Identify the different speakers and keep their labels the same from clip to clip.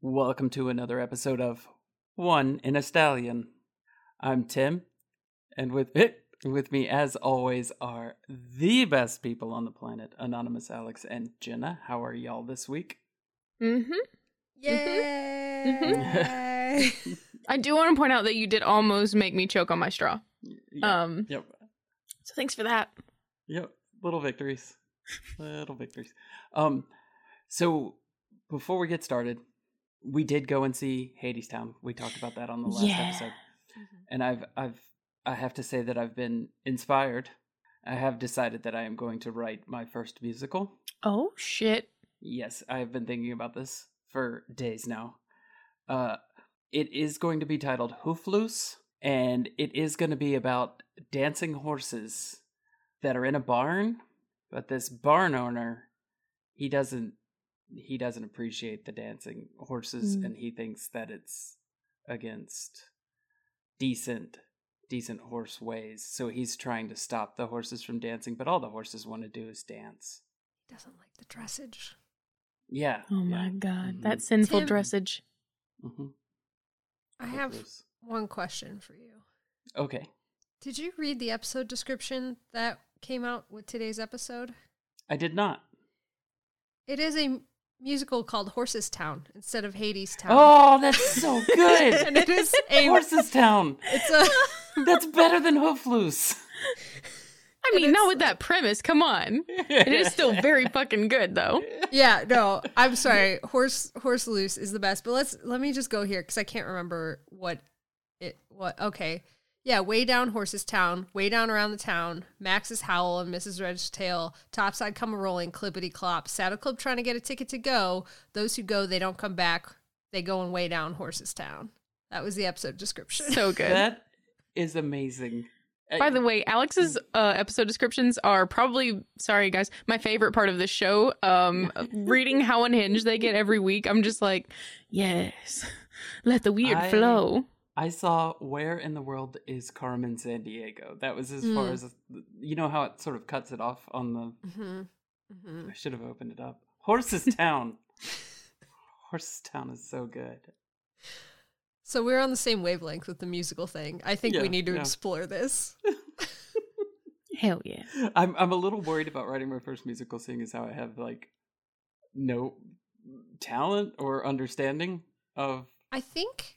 Speaker 1: Welcome to another episode of One in a Stallion. I'm Tim, and with it, with me as always are the best people on the planet, Anonymous Alex and Jenna. How are y'all this week?
Speaker 2: Mm-hmm.
Speaker 3: Yay!
Speaker 2: I do want to point out that you did almost make me choke on my straw. Um,
Speaker 1: Yep.
Speaker 2: so thanks for that.
Speaker 1: Yep. Little victories. Little victories. Um so before we get started, we did go and see Hadestown. We talked about that on the last
Speaker 2: Yeah.
Speaker 1: episode. And I've I've I have to say that I've been inspired. I have decided that I am going to write my first musical.
Speaker 2: Oh shit!
Speaker 1: Yes, I have been thinking about this for days now. Uh, it is going to be titled Hoofloose, and it is going to be about dancing horses that are in a barn, but this barn owner, he doesn't he doesn't appreciate the dancing horses
Speaker 2: Mm.
Speaker 1: and he thinks that it's against decent decent horse ways so he's trying to stop the horses from dancing but all the horses want to do is dance
Speaker 3: Doesn't like the dressage.
Speaker 1: yeah
Speaker 2: Oh
Speaker 1: yeah.
Speaker 2: my god,
Speaker 1: Mhm.
Speaker 2: that sinful
Speaker 3: Tim.
Speaker 2: dressage.
Speaker 1: Mm-hmm.
Speaker 3: I have one question for you.
Speaker 1: Okay,
Speaker 3: Did you read the episode description that came out with today's episode?
Speaker 1: I did not.
Speaker 3: It is a musical called Horses Town instead of Hades Town.
Speaker 1: Oh, that's so good.
Speaker 3: And it is a
Speaker 1: Horses Town.
Speaker 3: it's a
Speaker 1: That's better than Hoofloose.
Speaker 2: I mean, not with that premise. Come on, it is still very fucking good though.
Speaker 3: Yeah, no, I'm sorry. Horse Horse Loose is the best, but let's let me just go here cuz I can't remember what it what okay. Yeah, way down Horses Town, way down around the town, Max's Howl and Mrs. Red's Tail, Topside Come a Rolling, Clippity Clop, Saddle Club trying to get a ticket to go. Those who go, they don't come back. They go and way down Horses Town. That was the episode description.
Speaker 2: So good.
Speaker 1: That is amazing.
Speaker 2: By the way, Alex's uh, episode descriptions are probably sorry guys, my favorite part of the show. Um, reading how unhinged they get every week, I'm just like, yes, let the weird
Speaker 1: I-
Speaker 2: flow.
Speaker 1: I saw Where in the World is Carmen San Diego? That was as far
Speaker 3: Mm.
Speaker 1: as you know how it sort of cuts it off on the
Speaker 3: hmm hmm
Speaker 1: I should have opened it up. Horses Town. Horses Town is so good.
Speaker 3: So we're on the same wavelength with the musical thing. I think
Speaker 1: Yeah,
Speaker 3: we need to
Speaker 1: yeah.
Speaker 3: explore this.
Speaker 2: Hell yeah.
Speaker 1: I'm I'm a little worried about writing my first musical seeing as how I have like no talent or understanding of
Speaker 3: I think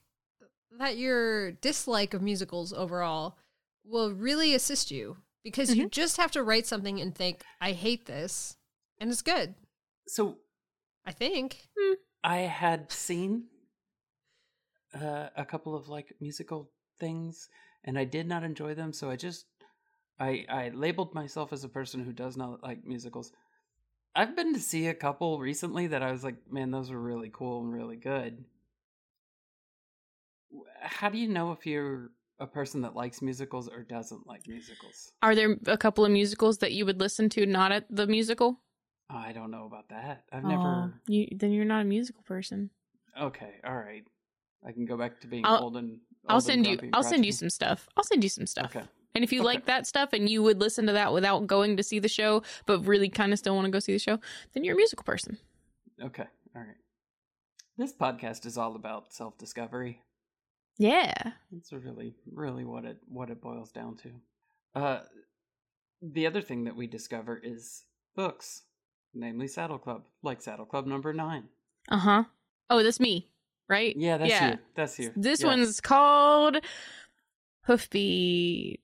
Speaker 3: that your dislike of musicals overall will really assist you because
Speaker 2: Mm-hmm.
Speaker 3: you just have to write something and think, I hate this, and it's good.
Speaker 1: so
Speaker 3: I think.
Speaker 1: I had seen uh, a couple of like musical things and I did not enjoy them so I just I I labeled myself as a person who does not like musicals. I've been to see a couple recently that I was like, man, those were really cool and really good. W- How do you know if you're a person that likes musicals or doesn't like musicals?
Speaker 2: Are there a couple of musicals that you would listen to not at the musical?
Speaker 1: I don't know about that. I've never
Speaker 2: Oh, you, then you're not a musical person.
Speaker 1: Okay, all right. I can go back to being
Speaker 2: I'll-
Speaker 1: old and
Speaker 2: I'll
Speaker 1: old and
Speaker 2: send you.
Speaker 1: grumpy and
Speaker 2: I'll send you
Speaker 1: crotchety.
Speaker 2: some stuff. I'll send you some stuff.
Speaker 1: Okay.
Speaker 2: And if you
Speaker 1: Okay.
Speaker 2: like that stuff and you would listen to that without going to see the show, but really kind of still want to go see the show, then you're a musical person.
Speaker 1: Okay. All right. This podcast is all about self-discovery.
Speaker 2: Yeah.
Speaker 1: That's really, really what it what it boils down to. Uh, the other thing that we discover is books, namely Saddle Club, like Saddle Club number nine.
Speaker 2: Uh huh. Oh, that's me, right?
Speaker 1: Yeah, that's you. That's you.
Speaker 2: This
Speaker 1: Yeah.
Speaker 2: one's called Hoofbeat.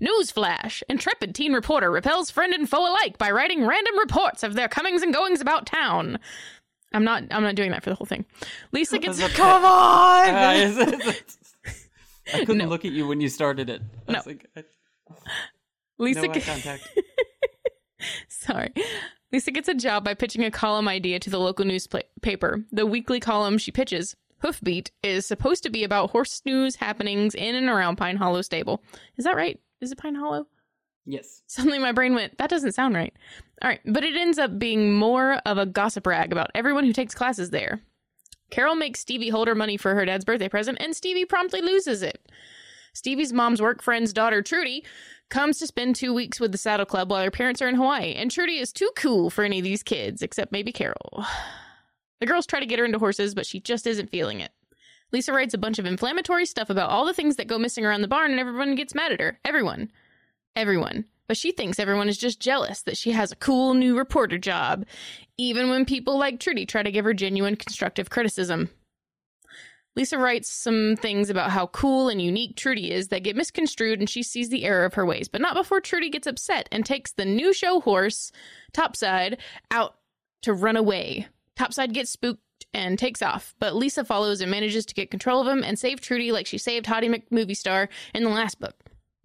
Speaker 2: Newsflash! Intrepid teen reporter repels friend and foe alike by writing random reports of their comings and goings about town. I'm not. I'm not doing that for the whole thing. Lisa gets.
Speaker 1: That's okay.
Speaker 2: on.
Speaker 1: Ah, is it- I couldn't
Speaker 2: No.
Speaker 1: look at you when you started it. I
Speaker 2: No.
Speaker 1: was like, I,
Speaker 2: Lisa.
Speaker 1: no eye
Speaker 2: g-
Speaker 1: contact.
Speaker 2: Sorry. Lisa gets a job by pitching a column idea to the local newspaper. The weekly column she pitches, Hoofbeat, is supposed to be about horse news happenings in and around Pine Hollow Stable. Is that right? Is it Pine Hollow?
Speaker 1: Yes.
Speaker 2: Suddenly my brain went, that doesn't sound right. All right, but it ends up being more of a gossip rag about everyone who takes classes there. Carol makes Stevie hold her money for her dad's birthday present, and Stevie promptly loses it. Stevie's mom's work friend's daughter, Trudy, comes to spend two weeks with the Saddle Club while her parents are in Hawaii, and Trudy is too cool for any of these kids, except maybe Carol. The girls try to get her into horses, but she just isn't feeling it. Lisa writes a bunch of inflammatory stuff about all the things that go missing around the barn, and everyone gets mad at her. Everyone. Everyone. But she thinks everyone is just jealous that she has a cool new reporter job, even when people like Trudy try to give her genuine constructive criticism. Lisa writes some things about how cool and unique Trudy is that get misconstrued and she sees the error of her ways, but not before Trudy gets upset and takes the new show horse, Topside, out to run away. Topside gets spooked and takes off, but Lisa follows and manages to get control of him and save Trudy like she saved Hottie McMovie Star in the last book.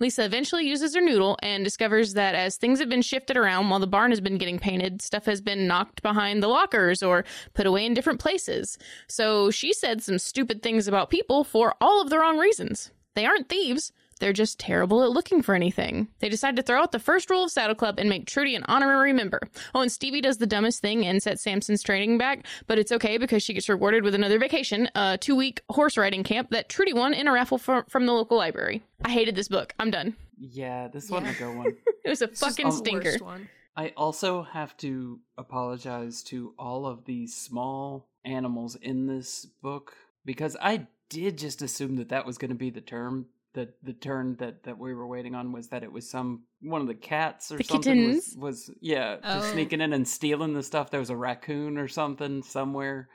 Speaker 2: Lisa eventually uses her noodle and discovers that as things have been shifted around while the barn has been getting painted, stuff has been knocked behind the lockers or put away in different places. So she said some stupid things about people for all of the wrong reasons. They aren't thieves. They're just terrible at looking for anything. They decide to throw out the first rule of Saddle Club and make Trudy an honorary member. Oh, and Stevie does the dumbest thing and sets Samson's training back, but it's okay because she gets rewarded with another vacation, a two week horse riding camp that Trudy won in a raffle from, from the local library. I hated this book. I'm done.
Speaker 1: Yeah, this
Speaker 3: Yeah.
Speaker 1: wasn't a good one.
Speaker 2: It was a
Speaker 3: This is
Speaker 2: fucking
Speaker 3: the
Speaker 2: stinker.
Speaker 3: worst one.
Speaker 1: I also have to apologize to all of the small animals in this book because I did just assume that that was going to be the term that the turn that that we were waiting on was that it was some one of the cats or
Speaker 2: The
Speaker 1: something was,
Speaker 2: kittens?
Speaker 1: was yeah
Speaker 3: Oh.
Speaker 1: just sneaking in and stealing the stuff there was a raccoon or something somewhere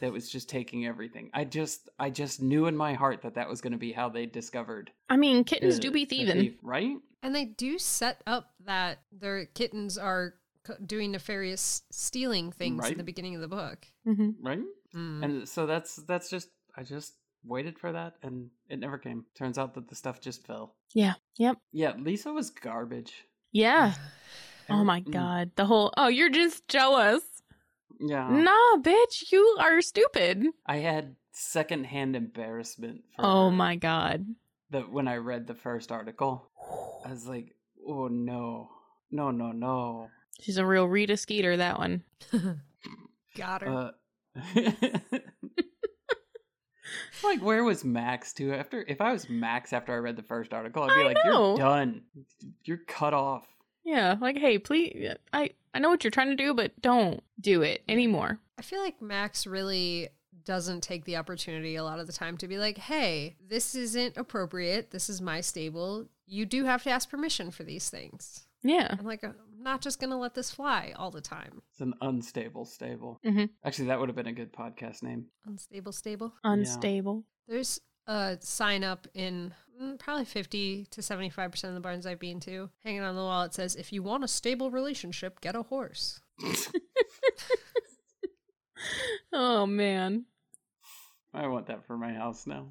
Speaker 1: that was just taking everything i just i just knew in my heart that that was going to be how they discovered
Speaker 2: I mean, kittens
Speaker 1: the-
Speaker 2: do be
Speaker 1: the
Speaker 2: thieving.
Speaker 1: thief, right
Speaker 3: And they do set up that their kittens are c- doing nefarious stealing things
Speaker 1: Right.
Speaker 3: in the beginning of the book.
Speaker 2: Mm-hmm.
Speaker 1: right
Speaker 3: Mm.
Speaker 1: And so that's that's just I just waited for that and it never came. Turns out that the stuff just fell.
Speaker 2: Yeah. Yep.
Speaker 1: Yeah, Lisa was garbage.
Speaker 2: Yeah. Oh
Speaker 1: Every-
Speaker 2: my
Speaker 3: Mm-hmm.
Speaker 1: mm,
Speaker 2: god. The whole oh, you're just jealous.
Speaker 3: Oh.
Speaker 1: Yeah.
Speaker 2: Nah, bitch, you are stupid.
Speaker 1: I had secondhand embarrassment for
Speaker 2: Oh
Speaker 1: her
Speaker 2: my god.
Speaker 1: that when I read the first article. I was like, "Oh no. No, no, no."
Speaker 2: She's a real Rita Skeeter, that one.
Speaker 3: Got her.
Speaker 1: Uh Like where was Max too? After if I was Max after I read the first article, I'd be
Speaker 2: I
Speaker 1: like,
Speaker 2: know.
Speaker 1: "You're done. You're cut off."
Speaker 2: Yeah, like hey, please I I know what you're trying to do, but don't do it anymore.
Speaker 3: I feel like Max really doesn't take the opportunity a lot of the time to be like, hey, this isn't appropriate. This is my stable. You do have to ask permission for these things.
Speaker 2: Yeah.
Speaker 3: I'm like, I'm not just going to let this fly all the time.
Speaker 1: It's an unstable stable.
Speaker 3: Mm-hmm.
Speaker 2: Mhm.
Speaker 1: Actually, that would have been a good podcast name.
Speaker 3: Unstable stable.
Speaker 2: Unstable.
Speaker 3: There's a sign up in mm, probably 50 to 75% of the barns I've been to. Hanging on the wall, it says, if you want a stable relationship, get a horse.
Speaker 2: Oh man.
Speaker 1: I want that for my house now.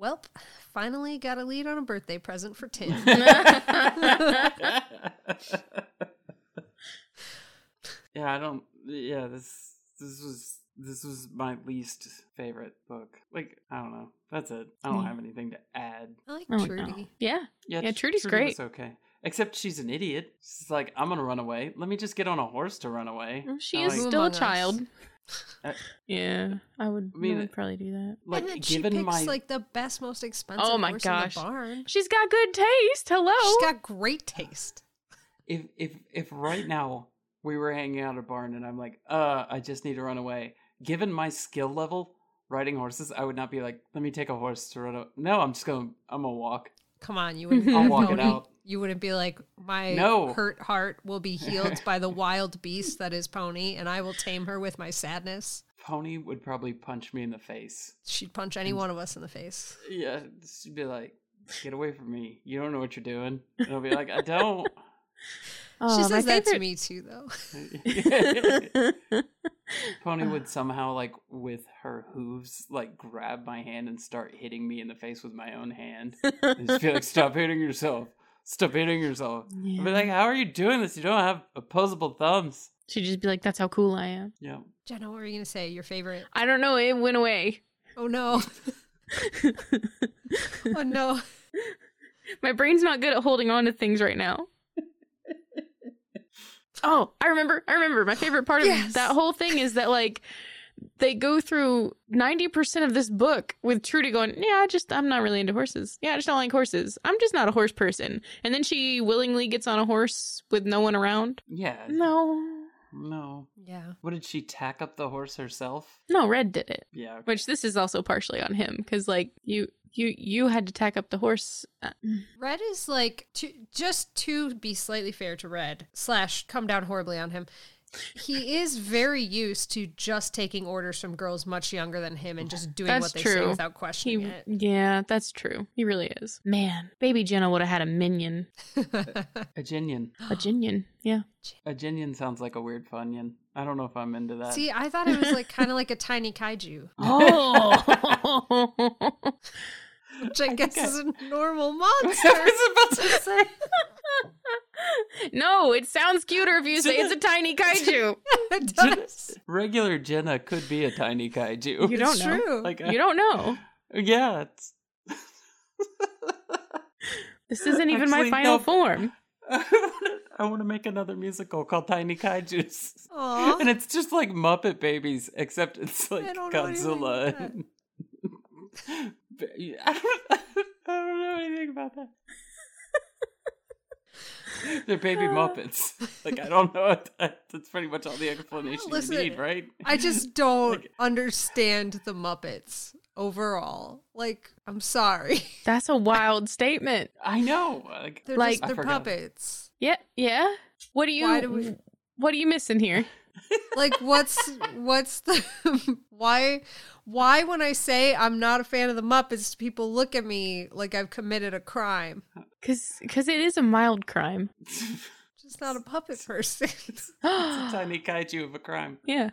Speaker 3: Welp, finally got a lead on a birthday present for Tim.
Speaker 1: yeah, I don't. Yeah, this this was this was my least favorite book. Like I don't know. That's it. I don't
Speaker 3: Mm.
Speaker 2: Yeah.
Speaker 1: have anything to add.
Speaker 3: I like
Speaker 2: Oh,
Speaker 3: Trudy.
Speaker 2: No. Yeah.
Speaker 1: Yeah,
Speaker 2: Yeah,
Speaker 1: Tr-
Speaker 2: Trudy's
Speaker 1: Trudy
Speaker 2: great.
Speaker 1: was okay, except she's an idiot. She's like, I'm gonna run away. Let me just get on a horse to run away.
Speaker 3: Mm.
Speaker 2: She
Speaker 1: I
Speaker 2: is
Speaker 1: like-
Speaker 3: Who
Speaker 2: still a
Speaker 3: among us?
Speaker 2: child.
Speaker 1: Uh,
Speaker 2: yeah. I would,
Speaker 1: I mean, uh,
Speaker 2: I would probably do that.
Speaker 1: Like
Speaker 3: and then
Speaker 1: given
Speaker 3: she picks
Speaker 1: my
Speaker 3: like the best, most expensive
Speaker 2: Oh my
Speaker 3: horse
Speaker 2: gosh. Oh.
Speaker 3: in the barn.
Speaker 2: She's got good taste. Hello.
Speaker 3: She's got great taste.
Speaker 1: if if if right now we were hanging out at a barn and I'm like, uh, I just need to run away. Given my skill level riding horses, I would not be like, let me take a horse to run. Away. No, I'm just gonna, I'm gonna walk.
Speaker 3: Come on, you wouldn't.
Speaker 2: I'll
Speaker 3: you
Speaker 1: walk it
Speaker 3: wouldn't-
Speaker 1: out.
Speaker 3: You wouldn't be like my
Speaker 1: No.
Speaker 3: hurt heart will be healed by the wild beast that is Pony, and I will tame her with my sadness.
Speaker 1: Pony would probably punch me in the face.
Speaker 3: She'd punch any one of us in the face.
Speaker 1: Yeah, she'd be like, get away from me. You don't know what you're doing. And I'll be like, I don't.
Speaker 2: Oh,
Speaker 3: she
Speaker 2: my
Speaker 3: says that to
Speaker 2: favorite-
Speaker 3: me too, though.
Speaker 1: Pony would somehow like with her hooves like grab my hand and start hitting me in the face with my own hand. And just be like, stop hitting yourself. Stop hitting yourself. I'd be
Speaker 2: Yeah.
Speaker 1: like, how are you doing this? You don't have opposable thumbs.
Speaker 2: She'd just be like, that's how cool I am.
Speaker 1: Yeah.
Speaker 3: Jenna, what were you gonna say? Your favorite?
Speaker 2: I don't know. It went away.
Speaker 3: Oh no! oh no!
Speaker 2: My brain's not good at holding on to things right now. oh, I remember. I remember. My favorite part
Speaker 3: Yes.
Speaker 2: of that whole thing is that like they go through 90% of this book with Trudy going, "Yeah, I just I'm not really into horses. Yeah, I just don't like horses. I'm just not a horse person." And then she willingly gets on a horse with no one around.
Speaker 1: Yeah.
Speaker 2: No.
Speaker 1: No.
Speaker 3: Yeah.
Speaker 1: What did she tack up the horse herself?
Speaker 2: No, Red did it.
Speaker 1: Yeah.
Speaker 2: Which this is also partially on him cuz like you you you had to tack up the horse. Uh,
Speaker 3: Red is like to, just to be slightly fair to Red slash come down horribly on him. He is very used to just taking orders from girls much younger than him and just doing
Speaker 2: That's
Speaker 3: what they say
Speaker 2: true.
Speaker 3: without questioning
Speaker 2: He- yeah, that's true. He really is. Man, baby Jenna would have had a minion.
Speaker 3: it.
Speaker 1: A ginion.
Speaker 2: A ginion. Yeah.
Speaker 1: A ginion sounds like a weird funyun. I don't know if I'm into that.
Speaker 3: See, I thought it was like kind of like a tiny kaiju,
Speaker 2: Oh.
Speaker 3: which I, guess
Speaker 1: I-
Speaker 3: is a normal
Speaker 1: I
Speaker 3: monster.
Speaker 1: was about to say.
Speaker 2: no, it sounds cuter if you say it's a tiny kaiju.
Speaker 3: It does.
Speaker 1: Regular Jenna could be a tiny kaiju.
Speaker 2: You don't
Speaker 3: It's
Speaker 2: know.
Speaker 3: true.
Speaker 1: Like, uh,
Speaker 2: You don't know.
Speaker 1: yeah, it's.
Speaker 2: This isn't even
Speaker 1: Actually,
Speaker 2: my
Speaker 1: no.
Speaker 2: final form.
Speaker 1: I want to make another musical called Tiny Kaijus.
Speaker 3: Aw.
Speaker 1: And it's just like Muppet Babies, except it's like
Speaker 3: don't know anything
Speaker 1: Godzilla.
Speaker 3: about
Speaker 1: and- But you- I don't, I don't know anything about that. They're baby
Speaker 3: Uh.
Speaker 1: Muppets. Like I don't know. what- That's pretty much all the explanation
Speaker 3: Listen,
Speaker 1: you need, right?
Speaker 3: I just don't understand the Muppets overall. Like, I'm sorry.
Speaker 2: That's a wild statement.
Speaker 1: I know. Like,
Speaker 3: They're
Speaker 2: Like-
Speaker 3: just,
Speaker 1: I
Speaker 3: they're
Speaker 1: forgot.
Speaker 3: puppets.
Speaker 2: Yeah. Yeah. What do you
Speaker 3: Why do we-
Speaker 2: What are you missing here?
Speaker 3: Like what's what's the why why when I say I'm not a fan of the Muppets, people look at me like I've committed a crime.
Speaker 2: Cuz cuz it is a mild crime.
Speaker 3: Just not a puppet person. it's
Speaker 1: it's a tiny kaiju of a crime.
Speaker 2: yeah.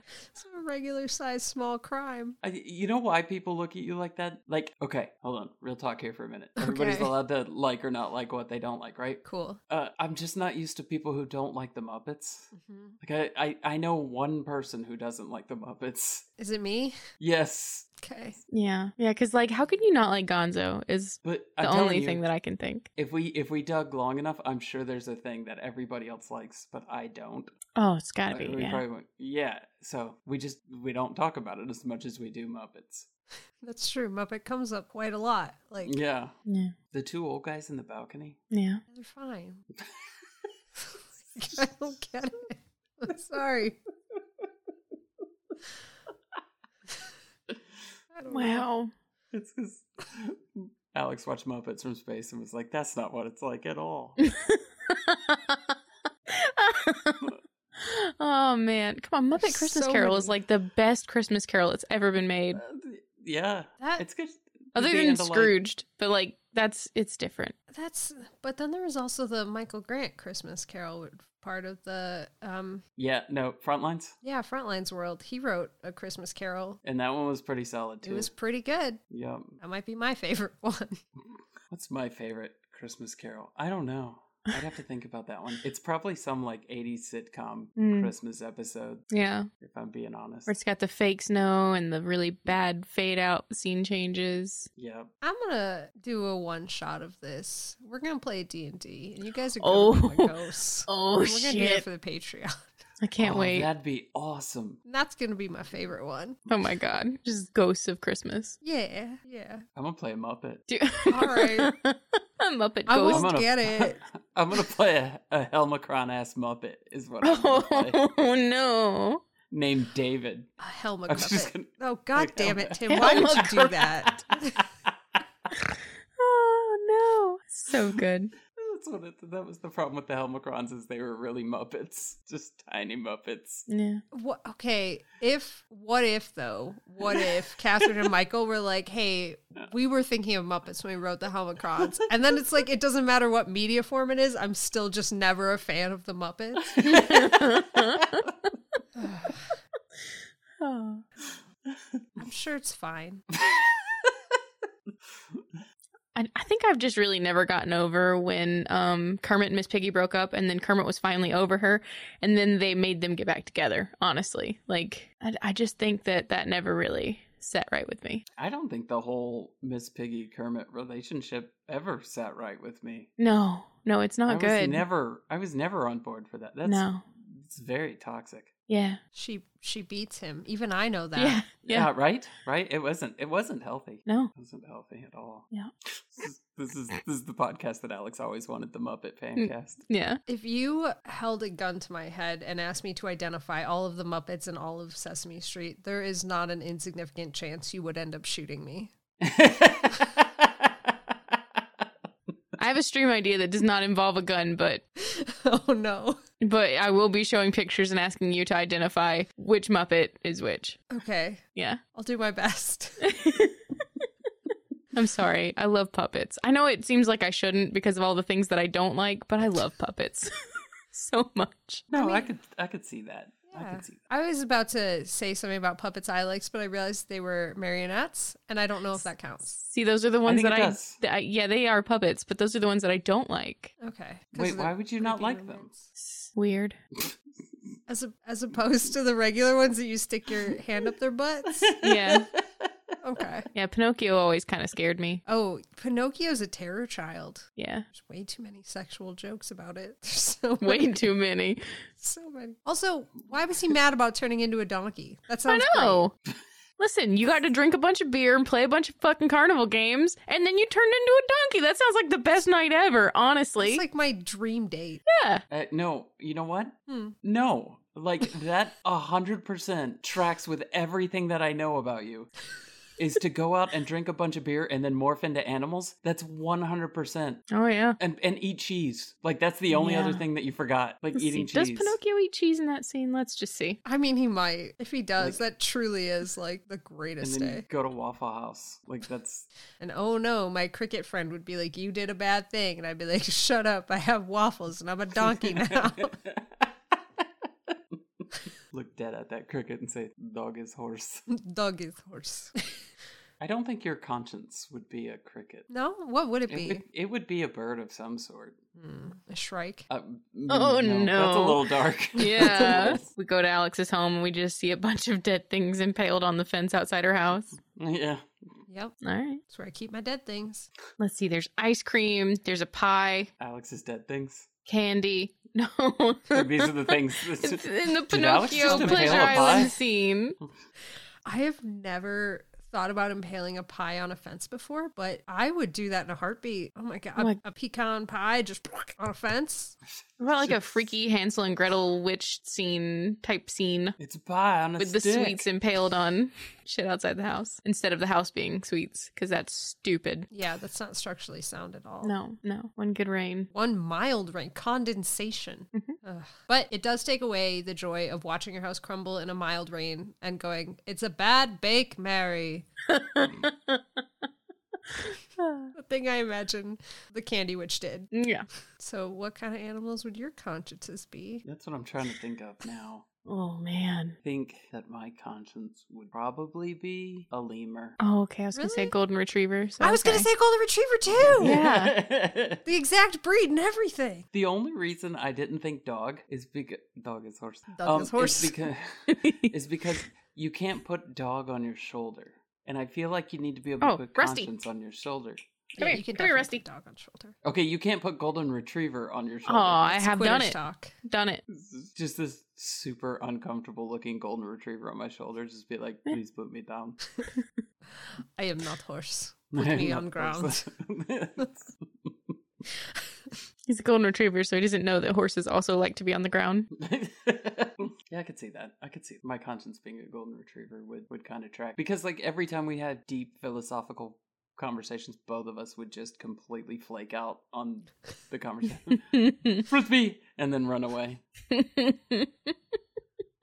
Speaker 3: a regular size small crime.
Speaker 1: I, you know why people look at you like that? Like, okay, hold on, real talk here for a minute. Everybody's
Speaker 3: Okay.
Speaker 1: allowed to like or not like what they don't like, right?
Speaker 3: Cool.
Speaker 1: Uh, I'm just not used to people who don't like the Muppets. Like, I, I, I know one person who doesn't like the Muppets.
Speaker 3: Is it me?
Speaker 1: Yes,
Speaker 3: Okay.
Speaker 2: Yeah. Yeah, cuz like how can you not like Gonzo is
Speaker 1: but
Speaker 2: the
Speaker 1: I'm
Speaker 2: only
Speaker 1: telling you,
Speaker 2: thing that I can think.
Speaker 1: if we if we dug long enough, I'm sure there's a thing that everybody else likes, but I don't.
Speaker 2: Oh, it's got to
Speaker 1: Like,
Speaker 2: be.
Speaker 1: we
Speaker 2: yeah.
Speaker 1: probably won't- yeah. So we just we don't talk about it as much as we do Muppets.
Speaker 3: That's true. Muppet comes up quite a lot. Like
Speaker 1: Yeah,
Speaker 2: yeah.
Speaker 1: the two old guys in the balcony.
Speaker 2: Yeah.
Speaker 3: They're fine. I don't get it. I'm sorry. I don't know.
Speaker 2: Wow.
Speaker 1: It's because Alex watched Muppets from Space and was like, that's not what it's like at all. Uh,
Speaker 2: oh man. Come on, Muppet Christmas
Speaker 3: So
Speaker 2: Carol
Speaker 3: many-
Speaker 2: is like the best Christmas carol that's ever been made.
Speaker 1: yeah.
Speaker 3: That-
Speaker 1: It's good.
Speaker 2: Other
Speaker 1: The
Speaker 2: than
Speaker 1: Dandelion-
Speaker 2: Scrooged, but like that's it's different.
Speaker 3: That's but then there was also the Michael Grant Christmas Carol part of the um
Speaker 1: Yeah, no, Frontlines.
Speaker 3: yeah, Frontlines World. He wrote a Christmas Carol.
Speaker 1: And that one was pretty solid
Speaker 3: It
Speaker 1: too.
Speaker 3: was pretty good.
Speaker 1: Yeah.
Speaker 3: That might be my favorite one.
Speaker 1: What's my favorite Christmas carol? I don't know. I'd have to think about that one. It's probably some like 80s sitcom
Speaker 2: Mm.
Speaker 1: Christmas episode,
Speaker 2: Yeah.
Speaker 1: if I'm being honest.
Speaker 2: Where it's got the fake snow and the really bad fade out scene changes.
Speaker 1: Yeah.
Speaker 3: I'm gonna do a one shot of this. We're gonna play D and D, and you guys are
Speaker 2: Oh.
Speaker 3: going to be my ghosts.
Speaker 2: Oh
Speaker 3: We're gonna do that for the Patreon.
Speaker 2: I can't
Speaker 1: Oh,
Speaker 2: wait.
Speaker 1: That'd be awesome.
Speaker 3: And That's gonna be my favorite one.
Speaker 2: Oh my god. Just ghosts of Christmas.
Speaker 3: Yeah, yeah.
Speaker 1: I'm going to play a Muppet.
Speaker 2: Do-
Speaker 3: All right.
Speaker 2: A Muppet
Speaker 3: I
Speaker 2: ghost.
Speaker 1: I'm gonna,
Speaker 3: get it.
Speaker 1: I'm going to play a, a Helmicron ass Muppet, is what I'm going to play.
Speaker 2: Oh no.
Speaker 1: Named David.
Speaker 3: A helmet.
Speaker 1: I'm just gonna-
Speaker 3: Oh god
Speaker 1: Like,
Speaker 3: damn
Speaker 1: Elma-
Speaker 3: it, Tim! Why
Speaker 2: Elma
Speaker 3: did you do that?
Speaker 2: Oh no. So good.
Speaker 1: That's what it, that was the problem with the Helmicrons is they were really Muppets, just tiny Muppets.
Speaker 2: Yeah.
Speaker 3: What, okay, if what if though? What if Catherine and Michael were like, "Hey, we were thinking of Muppets when we wrote the Helmicrons," and then it's like it doesn't matter what media form it is. I'm still just never a fan of the Muppets.
Speaker 2: Oh.
Speaker 3: I'm sure it's fine.
Speaker 2: I, I think I've just really never gotten over when um, Kermit and Miss Piggy broke up, and then Kermit was finally over her, and then they made them get back together. Honestly, like I, I just think that that never really sat right with me.
Speaker 1: I don't think the whole Miss Piggy Kermit relationship ever sat right with me.
Speaker 2: No, no, it's not
Speaker 1: I Was
Speaker 2: good.
Speaker 1: never, I was never on board for that. That's
Speaker 2: no,
Speaker 1: it's very toxic.
Speaker 2: yeah,
Speaker 3: She she beats him. Even I know that.
Speaker 2: yeah, yeah,
Speaker 1: yeah, right, right. It wasn't, it wasn't healthy.
Speaker 2: no,
Speaker 1: wasn't healthy at all.
Speaker 2: Yeah.
Speaker 1: This is, this is this is the podcast that Alex always wanted the Muppet
Speaker 2: Hmm.
Speaker 1: Fancast.
Speaker 2: yeah.
Speaker 3: If you held a gun to my head and asked me to identify all of the Muppets and all of Sesame Street, there is not an insignificant chance you would end up shooting me.
Speaker 2: I have a stream idea that does not involve a gun, but
Speaker 3: oh no.
Speaker 2: but I will be showing pictures and asking you to identify which Muppet is which.
Speaker 3: Okay.
Speaker 2: Yeah.
Speaker 3: I'll do my best.
Speaker 2: I'm sorry. I love puppets. I know it seems like I shouldn't because of all the things that I don't like, but I love puppets so much.
Speaker 1: no, I,
Speaker 3: mean-
Speaker 1: could I could see that. I
Speaker 3: Yeah.
Speaker 1: could see
Speaker 3: I was about to say something about puppets I liked, but I realized they were marionettes, and I don't know if that counts.
Speaker 2: See, those are the ones
Speaker 1: think
Speaker 2: that
Speaker 1: it
Speaker 2: I,
Speaker 1: does.
Speaker 2: that I yeah, they are puppets, but those are the ones that I don't like.
Speaker 3: Okay.
Speaker 1: that. Wait, why would you not like them?
Speaker 2: Weird.
Speaker 3: As a, as opposed to the regular ones that you stick your hand up their butts.
Speaker 2: Yeah.
Speaker 3: Okay.
Speaker 2: Yeah, Pinocchio always kind of scared me.
Speaker 3: Oh, Pinocchio's a terror child.
Speaker 2: Yeah.
Speaker 3: There's way too many sexual jokes about it. There's so many,
Speaker 2: Way too many.
Speaker 3: so many. Also, why was he mad about turning into a donkey? That
Speaker 2: I
Speaker 3: sounds great.
Speaker 2: know. Listen, you got to drink a bunch of beer and play a bunch of fucking carnival games, and then you turned into a donkey. That sounds like the best night ever, honestly.
Speaker 3: It's like my dream date.
Speaker 2: yeah.
Speaker 1: Uh, no, you know what?
Speaker 3: Hmm.
Speaker 1: No, like that a hundred percent tracks with everything that I know about you. Is to go out and drink a bunch of beer and then morph into animals. That's one hundred percent.
Speaker 2: Oh, yeah.
Speaker 1: And and eat cheese. Like that's the only
Speaker 2: Yeah.
Speaker 1: other thing that you forgot. Like
Speaker 2: Let's
Speaker 1: eating
Speaker 2: see. Does
Speaker 1: cheese.
Speaker 2: Pinocchio eat cheese in that scene? Let's just see.
Speaker 3: I mean, he might. If he does, that truly is like the greatest
Speaker 1: and then you
Speaker 3: day.
Speaker 1: go to Waffle House. Like that's
Speaker 3: And oh no, my cricket friend would be like, You did a bad thing. And I'd be like, Shut up. I have waffles and I'm a donkey now.
Speaker 1: Look dead at that cricket and say, dog is horse.
Speaker 3: Dog is horse.
Speaker 1: I don't think your conscience would be a cricket.
Speaker 3: no? What would it
Speaker 1: It
Speaker 3: be?
Speaker 1: would, it would be a bird of some sort.
Speaker 3: Hmm, a shrike?
Speaker 1: Uh, mm,
Speaker 2: Oh,
Speaker 1: That's a
Speaker 2: no.
Speaker 1: little dark.
Speaker 2: Yeah. we go to Alex's home and we just see a bunch of dead things impaled on the fence outside her house.
Speaker 1: yeah.
Speaker 3: Yep.
Speaker 2: All right.
Speaker 3: That's where I keep my dead things.
Speaker 2: Let's see. There's ice cream, there's a pie,
Speaker 1: Alex's dead things.
Speaker 2: candy. No.
Speaker 1: These are the things.
Speaker 2: It's in the
Speaker 1: Did Alex
Speaker 2: Pinocchio
Speaker 1: just impale
Speaker 2: Pleasure
Speaker 1: a pie?
Speaker 2: Island scene.
Speaker 3: I have never thought about impaling a pie on a fence before, but I would do that in a heartbeat. Oh my god.
Speaker 2: Oh my-
Speaker 3: A, pecan pie just on a fence.
Speaker 2: What about like a freaky Hansel and Gretel witch scene type scene
Speaker 1: it's a pie on a
Speaker 2: with
Speaker 1: stick.
Speaker 2: the sweets impaled on shit outside the house instead of the house being sweets because that's stupid.
Speaker 3: Yeah, that's not structurally sound at all.
Speaker 2: No, no. One good rain.
Speaker 3: One mild rain, condensation. Ugh. But it does take away the joy of watching your house crumble in a mild rain and going, it's a bad bake, Mary. The thing I imagine the Candy Witch did.
Speaker 2: yeah.
Speaker 3: So, what kind of animals would your consciences be?
Speaker 1: That's what I'm trying to think of now.
Speaker 2: Oh man.
Speaker 1: I think that my conscience would probably be a lemur.
Speaker 2: Oh, okay. I was gonna say
Speaker 3: Really?
Speaker 2: golden retriever. So
Speaker 3: I was going to
Speaker 2: okay.
Speaker 3: say Golden Retriever
Speaker 2: Oh,
Speaker 3: too.
Speaker 1: Yeah.
Speaker 3: The exact breed and everything.
Speaker 1: The only reason I didn't think dog is because dog is horse. Um,
Speaker 3: Dog is horse.
Speaker 1: Is because, is because you can't put dog on your shoulder, and I feel like you need to be able
Speaker 2: Oh,
Speaker 1: to put
Speaker 2: Rusty.
Speaker 1: conscience on your shoulder.
Speaker 2: Come here, come here,
Speaker 3: definitely
Speaker 2: Rusty.
Speaker 3: put Dog on shoulder.
Speaker 1: Okay, you can't put golden retriever on your
Speaker 2: Oh,
Speaker 1: shoulder.
Speaker 2: I have done
Speaker 3: Quitters
Speaker 2: it.
Speaker 3: Talk.
Speaker 2: Done it.
Speaker 1: This is Just this super uncomfortable looking golden retriever on my shoulder. Just be
Speaker 3: Eh.
Speaker 1: like, please put me down.
Speaker 3: I am not horse. Put me on ground.
Speaker 2: He's a golden retriever, so he doesn't know that horses also like to be on the ground.
Speaker 1: yeah, I could see that. I could see my conscience being a golden retriever would would kind of track because like every time we had deep philosophical conversations, both of us would just completely flake out on the conversation, frisbee, and then run away.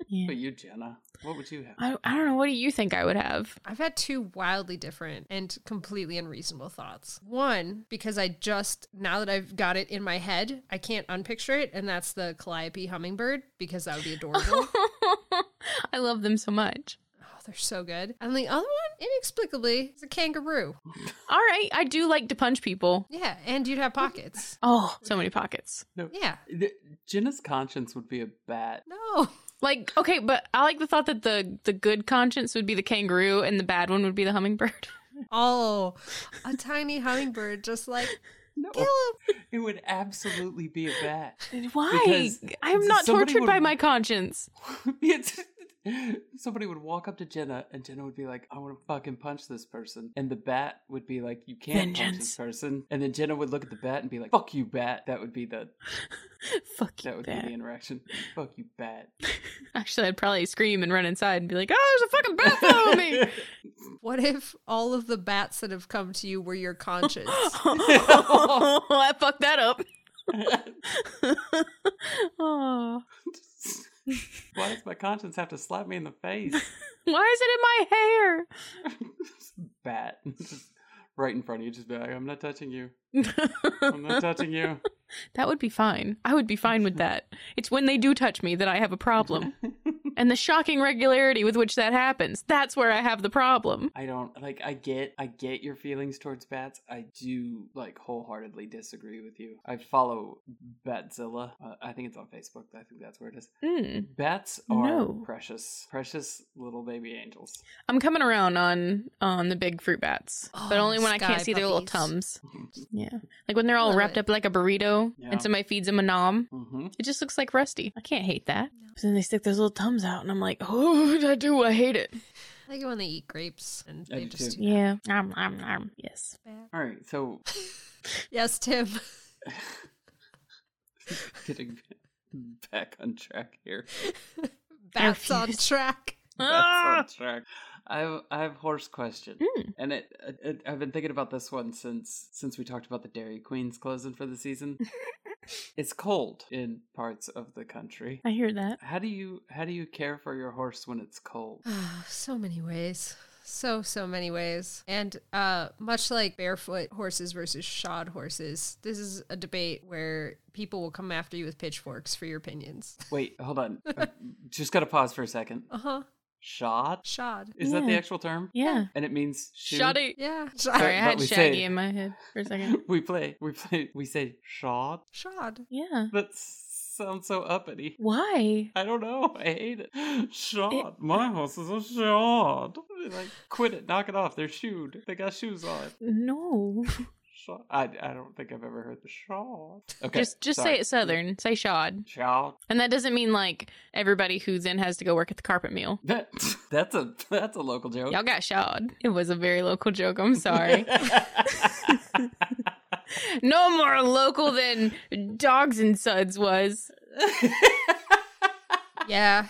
Speaker 2: Yeah.
Speaker 1: But you, Jenna, what would you have?
Speaker 2: I, I don't know. What do you think I would have?
Speaker 3: I've had two wildly different and completely unreasonable thoughts. One, because I just, now that I've got it in my head, I can't unpicture it, and that's the Calliope hummingbird, because that would be adorable.
Speaker 2: I love them so much.
Speaker 3: Oh, they're so good. And the other one inexplicably, it's a kangaroo.
Speaker 2: All right, I do like to punch people.
Speaker 3: Yeah, and you'd have pockets.
Speaker 2: Oh, so many pockets.
Speaker 3: Yeah.
Speaker 1: Th- Jenna's conscience would be a bat.
Speaker 3: No.
Speaker 2: Like, okay, but I like the thought that the the good conscience would be the kangaroo and the bad one would be the hummingbird.
Speaker 3: Oh, a tiny hummingbird just like
Speaker 1: No,
Speaker 3: Caleb.
Speaker 1: it would absolutely be a bat.
Speaker 2: Why?
Speaker 1: Because
Speaker 2: I am not
Speaker 1: somebody
Speaker 2: tortured
Speaker 1: would-
Speaker 2: by my conscience.
Speaker 1: It's- somebody would walk up to Jenna, and Jenna would be like, "I want to fucking punch this person," and the bat would be like, "You can't punch
Speaker 2: Vengeance.
Speaker 1: this person." And then Jenna would look at the bat and be like, "Fuck you, bat." That would be the
Speaker 2: Fuck
Speaker 1: that
Speaker 2: you,
Speaker 1: would
Speaker 2: bat.
Speaker 1: be the interaction. Fuck you, bat.
Speaker 2: Actually, I'd probably scream and run inside and be like, "Oh, there's a fucking bat following me!"
Speaker 3: What if all of the bats that have come to you were your conscience?
Speaker 2: I fucked that up. oh,
Speaker 1: Why does my conscience have to slap me in the face?
Speaker 2: why is it in my hair?
Speaker 1: bat, just right in front of you. Just be like, "I'm not touching you. I'm not touching you."
Speaker 2: that would be fine. I would be fine with that. It's when they do touch me that I have a problem. and the shocking regularity with which that happens, that's where I have the problem.
Speaker 1: I don't like I get I get your feelings towards bats. I do like wholeheartedly disagree with you. I follow Batzilla. Uh, I think it's on Facebook. I think that's where it is.
Speaker 2: Mm.
Speaker 1: Bats are
Speaker 2: No.
Speaker 1: precious, precious little baby angels.
Speaker 2: I'm coming around on on the big fruit bats, but
Speaker 3: Oh,
Speaker 2: only when I can't
Speaker 3: sky
Speaker 2: see their little
Speaker 3: puppies.
Speaker 2: tums. Yeah, like when they're all
Speaker 3: Love
Speaker 2: wrapped
Speaker 3: it.
Speaker 2: up like a burrito,
Speaker 1: Yeah.
Speaker 2: and somebody feeds them a nom.
Speaker 1: Mm-hmm.
Speaker 2: It just looks like Rusty. I can't hate that. But then they stick those little thumbs out, and I'm like, oh, I do. I hate it.
Speaker 3: I like it when they eat grapes and
Speaker 1: I
Speaker 3: they
Speaker 1: do
Speaker 3: just
Speaker 1: too.
Speaker 3: do
Speaker 2: Yeah. Um, um, um. Yes.
Speaker 3: that.
Speaker 1: All right, so
Speaker 3: Yes, Tim.
Speaker 1: getting back on track here.
Speaker 3: Bats on track.
Speaker 2: Ah!
Speaker 1: That's on track. I have, I have horse question,
Speaker 2: Hmm.
Speaker 1: and it, it I've been thinking about this one since since we talked about the Dairy Queens closing for the season. it's cold in parts of the country.
Speaker 2: I hear that.
Speaker 1: How do you how do you care for your horse when it's cold?
Speaker 3: so many ways. So, so many ways. And uh, much like barefoot horses versus shod horses, this is a debate where people will come after you with pitchforks for your opinions.
Speaker 1: Wait, hold on. I just got to pause for a second.
Speaker 3: Uh huh.
Speaker 1: Shod?
Speaker 3: Shod.
Speaker 1: Is that the
Speaker 2: Yeah.
Speaker 1: actual term?
Speaker 2: Yeah.
Speaker 1: And it means shoe?
Speaker 2: Shoddy.
Speaker 3: Yeah.
Speaker 2: Sorry,
Speaker 1: But-
Speaker 2: I
Speaker 1: but
Speaker 2: had
Speaker 1: we
Speaker 2: Shaggy
Speaker 1: say-
Speaker 2: in my head for a second.
Speaker 1: We play, we play, we say shod.
Speaker 3: Shod.
Speaker 2: Yeah.
Speaker 1: That sounds so uppity.
Speaker 2: Why?
Speaker 1: I don't know. I hate it. Shod. My horses are shod. They're Like, quit it. Knock it off. They're shoed. They got shoes on.
Speaker 2: No.
Speaker 1: Shod. I, I don't think I've ever heard the shod. Okay.
Speaker 2: just just
Speaker 1: sorry.
Speaker 2: say it southern. Say shod.
Speaker 1: Shod.
Speaker 2: And that doesn't mean like everybody who then has to go work at the carpet mill.
Speaker 1: That, that's a that's a local joke.
Speaker 2: Y'all got shod. It was a very local joke. I'm sorry. no more local than dogs and suds was.
Speaker 3: Yeah.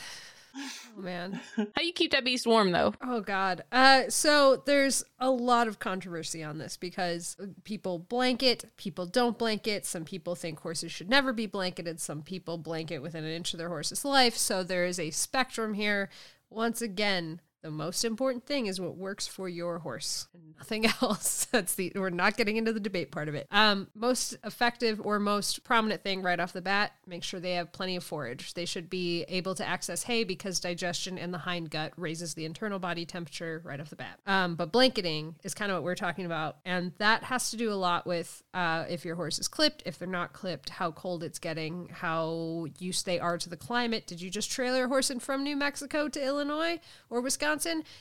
Speaker 3: Oh, man.
Speaker 2: How you keep that beast warm though?
Speaker 3: Oh God. Uh, so there's a lot of controversy on this because people blanket, people don't blanket. Some people think horses should never be blanketed. Some people blanket within an inch of their horse's life. So there is a spectrum here. Once again, the most important thing is what works for your horse and nothing else. That's the we're not getting into the debate part of it. Um, most effective or most prominent thing right off the bat, make sure they have plenty of forage. They should be able to access hay because digestion in the hind gut raises the internal body temperature right off the bat. Um, but blanketing is kind of what we're talking about, and that has to do a lot with uh, if your horse is clipped, if they're not clipped, how cold it's getting, how used they are to the climate. Did you just trailer a horse in from New Mexico to Illinois or Wisconsin?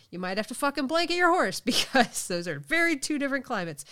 Speaker 3: You might have to fucking blanket your horse because those are very two different climates.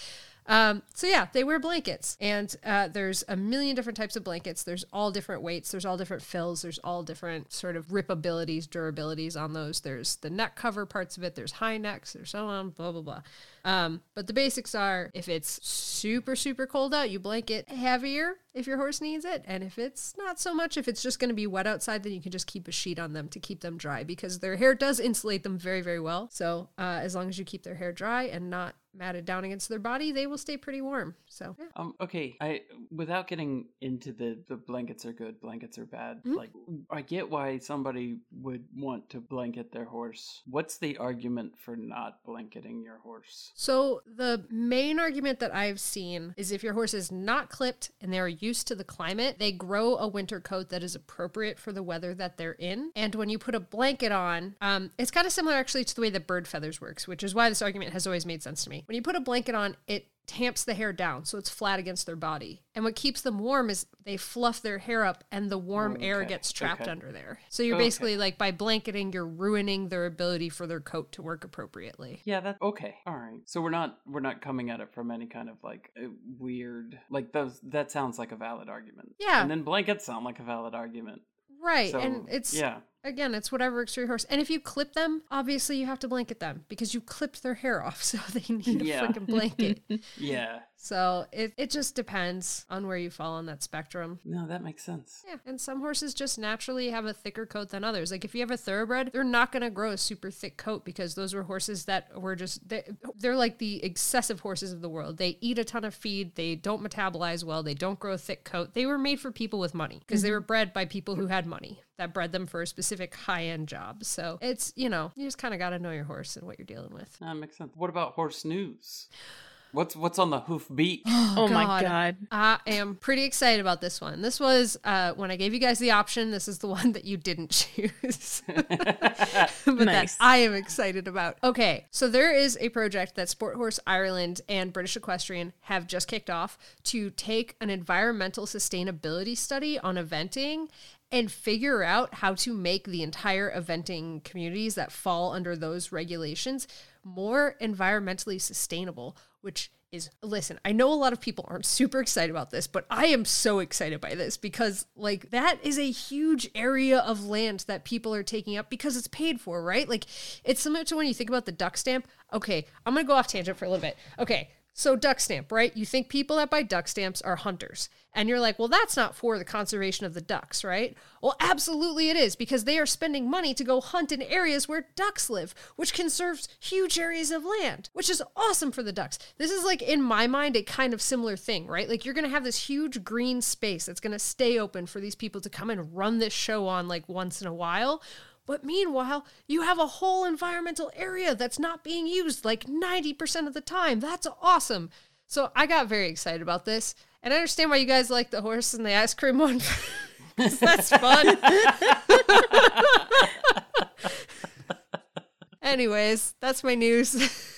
Speaker 3: Um, so yeah, they wear blankets, and uh, there's a million different types of blankets. There's all different weights. There's all different fills. There's all different sort of ripabilities, durabilities on those. There's the neck cover parts of it. There's high necks. There's so on. Blah blah blah. Um, but the basics are: if it's super super cold out, you blanket heavier if your horse needs it, and if it's not so much, if it's just going to be wet outside, then you can just keep a sheet on them to keep them dry because their hair does insulate them very very well. So uh, as long as you keep their hair dry and not matted down against their body, they will stay pretty warm. So yeah.
Speaker 1: Um, okay, I without getting into the the blankets are good, blankets are bad.
Speaker 2: Mm-hmm.
Speaker 3: Mhm.
Speaker 1: Like I get why somebody would want to blanket their horse. What's the argument for not blanketing your horse?
Speaker 3: So the main argument that I've seen is if your horse is not clipped and they're used to the climate, they grow a winter coat that is appropriate for the weather that they're in. And when you put a blanket on, um, it's kind of similar actually to the way that bird feathers works, which is why this argument has always made sense to me. When you put a blanket on, it tamps the hair down so it's flat against their body. And what keeps them warm is they fluff their hair up and the warm air
Speaker 1: Mm, Okay.
Speaker 3: gets trapped
Speaker 1: Okay. Oh,
Speaker 3: under there. So you're
Speaker 1: Okay.
Speaker 3: basically like by blanketing, you're ruining their ability for their coat to work appropriately.
Speaker 1: Yeah, that okay. All right. So we're not we're not coming at it from any kind of like uh, weird like those. That sounds like a valid argument.
Speaker 3: Yeah.
Speaker 1: And then blankets sound like a valid argument.
Speaker 3: Right.
Speaker 1: So,
Speaker 3: and it's
Speaker 1: yeah.
Speaker 3: again, it's whatever works for your horse. And if you clip them, obviously you have to blanket them because you clipped their hair off, so they need a
Speaker 1: Yeah.
Speaker 3: freaking blanket.
Speaker 1: Yeah.
Speaker 3: so it it just depends on where you fall on that spectrum.
Speaker 1: No, that makes sense.
Speaker 3: Yeah, and some horses just naturally have a thicker coat than others. Like if you have a thoroughbred, they're not going to grow a super thick coat because those were horses that were just they, they're like the excessive horses of the world. They eat a ton of feed, they don't metabolize well, they don't grow a thick coat. They were made for people with money because they were bred by people who had money that bred them for a specific high-end job. So, it's, you know, you just kind of got to know your horse and what you're dealing with.
Speaker 1: That makes sense. What about horse news? What's what's on the hoof beat?
Speaker 2: Oh, my god.
Speaker 3: I am pretty excited about this one. This was uh, when I gave you guys the option. This is the one that you didn't choose, but
Speaker 2: Nice.
Speaker 3: that I am excited about. Okay, so there is a project that Sport Horse Ireland and British Equestrian have just kicked off to take an environmental sustainability study on eventing and figure out how to make the entire eventing communities that fall under those regulations more environmentally sustainable, which is listen, I know a lot of people aren't super excited about this, but I am so excited by this because like that is a huge area of land that people are taking up because it's paid for, right? Like it's similar to when you think about the duck stamp. Okay, I'm going to go off tangent for a little bit. Okay. So duck stamp, right? You think people that buy duck stamps are hunters. And you're like, "Well, that's not for the conservation of the ducks, right?" Well, absolutely it is because they are spending money to go hunt in areas where ducks live, which conserves huge areas of land, which is awesome for the ducks. This is like in my mind a kind of similar thing, right? Like you're going to have this huge green space that's going to stay open for these people to come and run this show on like once in a while. But meanwhile, you have a whole environmental area that's not being used like 90% of the time. That's awesome. So I got very excited about this. And I understand why you guys like the horse and the ice cream one. 'Cause that's fun. Anyways, that's my news.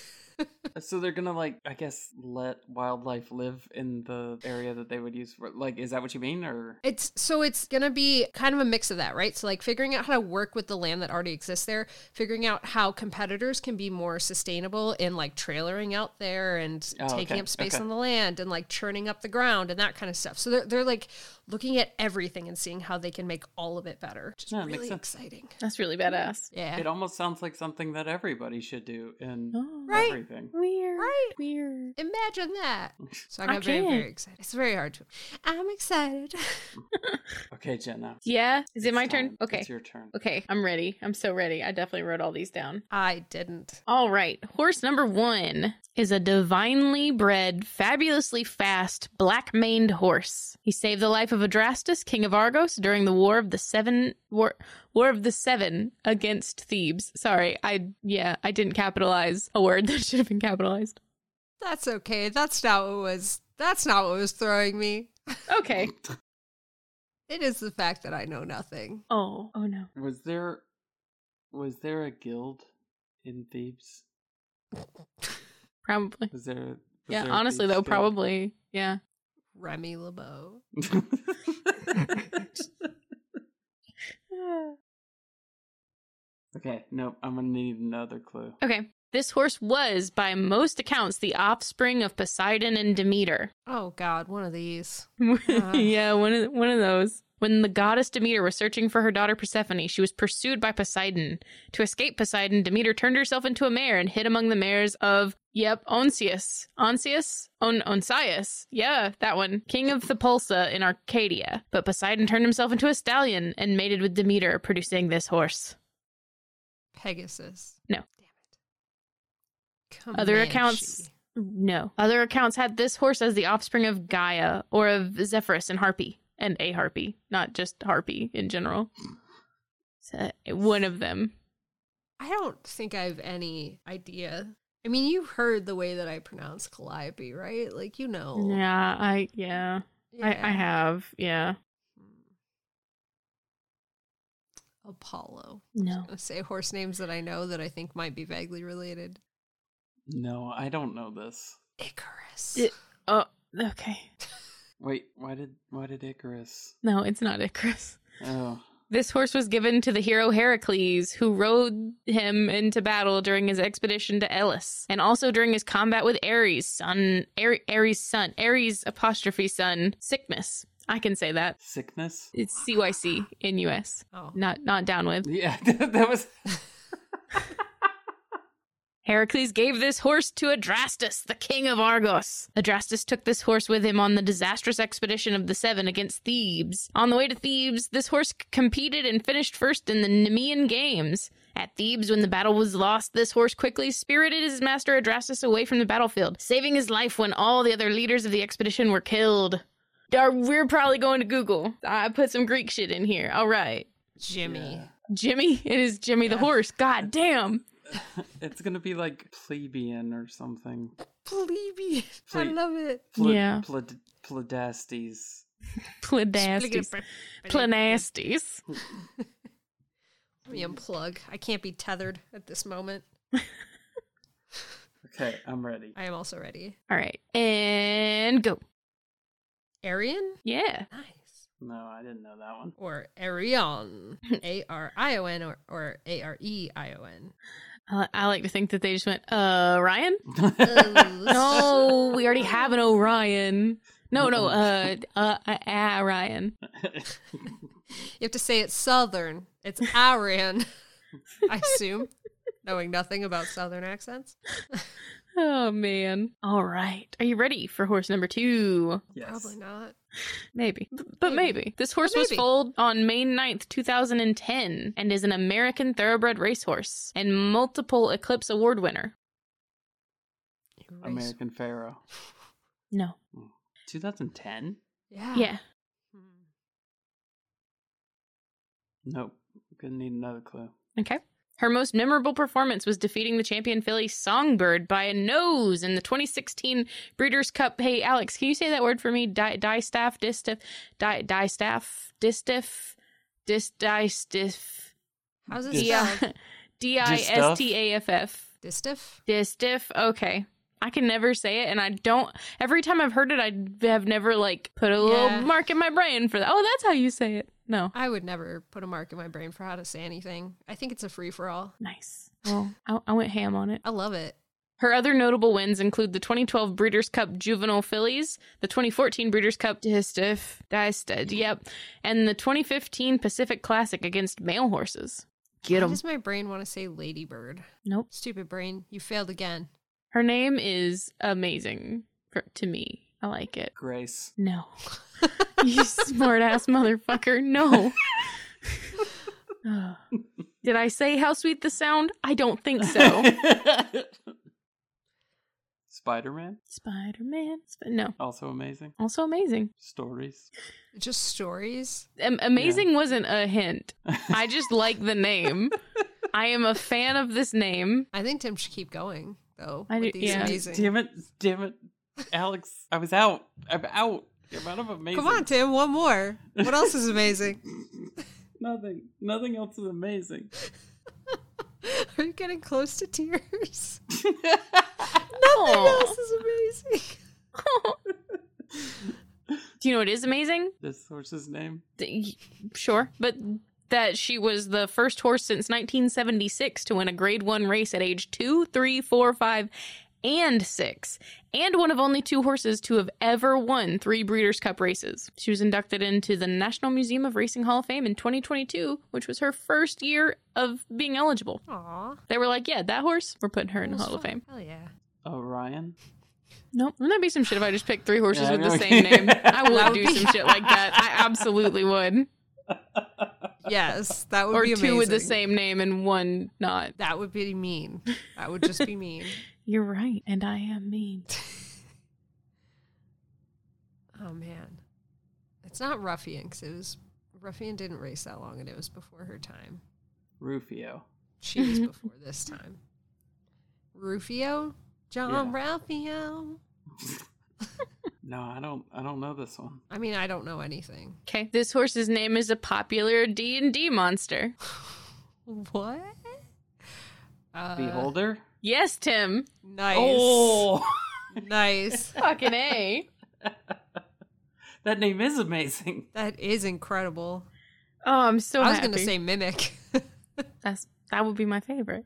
Speaker 1: So they're gonna like, I guess, let wildlife live in the area that they would use for. Like, is that what you mean? Or
Speaker 3: It's so it's gonna be kind of a mix of that, right? So like figuring out how to work with the land that already exists there, figuring out how competitors can be more sustainable in like trailering out there and
Speaker 1: Oh,
Speaker 3: taking
Speaker 1: okay,
Speaker 3: up space
Speaker 1: okay.
Speaker 3: on the land and like churning up the ground and that kind of stuff. So they're they're like looking at everything and seeing how they can make all of it better. Which is
Speaker 1: Yeah, it makes
Speaker 3: really
Speaker 1: sense.
Speaker 3: exciting.
Speaker 2: That's really badass.
Speaker 3: Yeah.
Speaker 1: it almost sounds like something that everybody should do in
Speaker 2: Oh,
Speaker 3: Right.
Speaker 1: everything.
Speaker 2: Weird.
Speaker 3: Right.
Speaker 2: Weird.
Speaker 3: Imagine that. So I
Speaker 2: I
Speaker 3: got very, very
Speaker 2: can't.
Speaker 3: excited. It's very hard to I'm excited.
Speaker 1: Okay, Jenna.
Speaker 2: Yeah. Is it
Speaker 1: it's
Speaker 2: my turn?
Speaker 1: time.
Speaker 2: Okay.
Speaker 1: it's your turn.
Speaker 2: Okay. I'm ready. I'm so ready. I definitely wrote all these down.
Speaker 3: I didn't.
Speaker 2: All right. Horse number one is a divinely bred, fabulously fast, black maned horse. He saved the life of Adrastus, king of Argos, during the War of the Seven War War of the Seven against Thebes. Sorry, I yeah, I didn't capitalize a word that should have been capitalized.
Speaker 3: That's okay. That's not what was that's not what was throwing me.
Speaker 2: Okay.
Speaker 3: It is the fact that I know nothing.
Speaker 2: Oh. Oh no.
Speaker 1: Was there, was there a guild in Thebes?
Speaker 2: Probably.
Speaker 1: Was there? was
Speaker 2: Yeah.
Speaker 1: there a
Speaker 2: Honestly,
Speaker 1: Thebes
Speaker 2: though,
Speaker 1: guild?
Speaker 2: probably. Yeah.
Speaker 3: Remy LeBeau.
Speaker 1: okay. Nope. I'm gonna need another clue.
Speaker 2: Okay. This horse was, by most accounts, the offspring of Poseidon and Demeter.
Speaker 3: Oh God, one of these.
Speaker 2: yeah, one of one of those. When the goddess Demeter was searching for her daughter Persephone, she was pursued by Poseidon. To escape Poseidon, Demeter turned herself into a mare and hid among the mares of Yep, Onsius. Onsius? On Onsius. Yeah, that one. King of Thepulsa in Arcadia. But Poseidon turned himself into a stallion and mated with Demeter, producing this horse.
Speaker 3: Pegasus.
Speaker 2: No.
Speaker 3: Damn it.
Speaker 2: Other accounts-
Speaker 3: Comanche.
Speaker 2: No. Other accounts had this horse as the offspring of Gaia or of Zephyrus and Harpy and a Harpy, not just Harpy in general. So, one of them.
Speaker 3: I don't think I have any idea. I mean, you heard the way that I pronounce Calliope, right? Like, you know.
Speaker 2: Yeah, I yeah, I, I
Speaker 3: Oh. Yeah. Hmm.
Speaker 2: have yeah.
Speaker 3: Apollo.
Speaker 2: No.
Speaker 3: Let's say horse names that I know that I think might be vaguely related.
Speaker 1: No, I don't know this.
Speaker 3: Icarus.
Speaker 2: It- Oh, okay.
Speaker 1: Wait, why did why did Icarus?
Speaker 2: No, it's not Icarus.
Speaker 1: Oh,
Speaker 2: This horse was given to the hero Heracles, who rode him into battle during his expedition to Elis, and also during his combat with Ares' son, Ares, Ares' son, Ares' apostrophe son, Sickness. I can say that.
Speaker 1: sickness.
Speaker 2: It's CYC in US,
Speaker 3: oh.
Speaker 2: not not down with.
Speaker 1: Yeah, that was.
Speaker 2: Heracles gave this horse to Adrastus, the king of Argos. Adrastus took this horse with him on the disastrous expedition of the Seven against Thebes. On the way to Thebes, this horse c- competed and finished first in the Nemean Games. At Thebes, when the battle was lost, this horse quickly spirited his master Adrastus away from the battlefield, saving his life when all the other leaders of the expedition were killed. Dar- We're probably going to Google. I put some Greek shit in here. All right.
Speaker 3: Jimmy.
Speaker 1: Yeah.
Speaker 2: Jimmy, it is Jimmy the
Speaker 3: Yeah.
Speaker 2: horse. God damn.
Speaker 1: It's gonna be like plebeian or something.
Speaker 3: Plebeian. I
Speaker 1: Ple-
Speaker 3: love it.
Speaker 1: Pla-
Speaker 2: Yeah.
Speaker 1: Pla- Pladastes.
Speaker 2: Pladastes. Planastes.
Speaker 3: Let me unplug. I can't be tethered at this moment.
Speaker 1: Okay, I'm ready.
Speaker 3: I am also ready.
Speaker 2: All right. And go.
Speaker 3: Arian?
Speaker 2: Yeah.
Speaker 3: Nice.
Speaker 1: No, I didn't know that one.
Speaker 3: Or Arion. A R I O N or, or A R E I O N.
Speaker 2: I, I like to think that they just went, uh, Ryan?
Speaker 3: No.
Speaker 2: No, we already have an Orion. No, no, uh, uh, uh, uh Ryan.
Speaker 3: You have to say it's Southern. It's Arian, I assume, knowing nothing about Southern accents.
Speaker 2: Oh, man. All right. Are you ready for horse number two?
Speaker 1: yes.
Speaker 3: Probably not.
Speaker 2: Maybe. B- But
Speaker 3: Maybe.
Speaker 2: maybe. This horse
Speaker 3: But
Speaker 2: was
Speaker 3: maybe.
Speaker 2: foaled on May 9th, 2010, and is an American thoroughbred racehorse and multiple Eclipse Award winner.
Speaker 3: Erase.
Speaker 1: American Pharaoh.
Speaker 2: No.
Speaker 1: 2010?
Speaker 3: Yeah.
Speaker 2: Yeah.
Speaker 3: Hmm.
Speaker 1: Nope. Gonna need another clue.
Speaker 2: Okay. Her most memorable performance was defeating the champion filly Songbird by a nose in the 2016 Breeders' Cup. Hey, Alex, can you say that word for me? Di, die staff, distiff, die, die staff, distiff, dis, die stiff,
Speaker 3: How's it
Speaker 1: Dis-
Speaker 2: yeah,
Speaker 3: spelled?
Speaker 2: D I S T A F F,
Speaker 3: Distiff?
Speaker 2: distiff. Okay, I can never say it, and I don't. Every time I've heard it, I have never like put a
Speaker 3: Yeah.
Speaker 2: little mark in my brain for that. Oh, that's how you say it. No,
Speaker 3: I would never put a mark in my brain for how to say anything. I think it's a free for all.
Speaker 2: nice. Well, I, I went ham on it.
Speaker 3: I love it.
Speaker 2: Her other notable wins include the 2012 Breeders' Cup Juvenile Fillies, the 2014 Breeders' Cup Distiff, Disted, yep, and the 2015 Pacific Classic against male horses. Get
Speaker 3: Why
Speaker 2: 'em.
Speaker 3: does my brain want to say ladybird?
Speaker 2: Nope.
Speaker 3: Stupid brain, you failed again.
Speaker 2: Her name is amazing for, to me. I like it.
Speaker 1: Grace.
Speaker 2: No. you smart ass motherfucker. No. Ugh. Did I say how sweet the sound? I don't think so.
Speaker 1: Spider Man?
Speaker 2: Spider Man. Sp- no.
Speaker 1: Also amazing.
Speaker 2: Also amazing.
Speaker 1: Stories.
Speaker 3: Just stories.
Speaker 2: Am- amazing wasn't a hint. I just like the name. I am a fan of this name.
Speaker 3: I think Tim should keep going though.
Speaker 2: I
Speaker 3: with
Speaker 2: do-
Speaker 3: these
Speaker 2: yeah.
Speaker 3: amazing.
Speaker 1: Damn it. Damn it. Alex, I was out. I'm out. You're out of amazing.
Speaker 3: Come on, Tim, one more. What else is amazing?
Speaker 1: Nothing. Nothing else is amazing.
Speaker 3: Are you getting close to tears? Nothing
Speaker 2: Aw.
Speaker 3: else is amazing.
Speaker 2: Do you know what is amazing?
Speaker 1: this horse's name?
Speaker 2: Th- y- Sure, but that she was the first horse since 1976 to win a Grade One race at age two, three, four, five, and six, and one of only two horses to have ever won three Breeders' Cup races. She was inducted into the National Museum of Racing Hall of Fame in 2022, which was her first year of being eligible.
Speaker 3: Aw.
Speaker 2: They were like, yeah, that horse, we're putting her in the Hall of Fame.
Speaker 3: Hell yeah.
Speaker 1: Orion?
Speaker 2: Nope. Wouldn't that be some shit if I just picked three horses
Speaker 1: Yeah, I
Speaker 2: with
Speaker 1: know.
Speaker 2: the same name? I
Speaker 3: That
Speaker 2: would
Speaker 3: would
Speaker 2: do
Speaker 3: be-
Speaker 2: some shit like that. I absolutely would.
Speaker 3: Yes, that would
Speaker 2: Or
Speaker 3: be
Speaker 2: two
Speaker 3: amazing.
Speaker 2: with the same name and one not.
Speaker 3: That would be mean. That would just be mean.
Speaker 2: You're right, and I am mean.
Speaker 3: Oh man, it's not Ruffian because it was Ruffian didn't race that long, and it was before her time.
Speaker 1: Rufio.
Speaker 3: She was
Speaker 2: Mm-hmm.
Speaker 3: before this time. Rufio, John Rufio.
Speaker 1: No, I don't. I don't know this one.
Speaker 3: I mean, I don't know anything.
Speaker 2: Okay. This horse's name is a popular D and D monster.
Speaker 3: What? Uh,
Speaker 1: Beholder.
Speaker 2: Yes, Tim.
Speaker 3: Nice.
Speaker 1: Oh,
Speaker 3: Nice.
Speaker 2: Fucking a.
Speaker 1: that name is amazing.
Speaker 3: That is incredible.
Speaker 2: Oh, I'm so.
Speaker 3: I was
Speaker 2: happy.
Speaker 3: going to say mimic.
Speaker 2: that's that would be my favorite.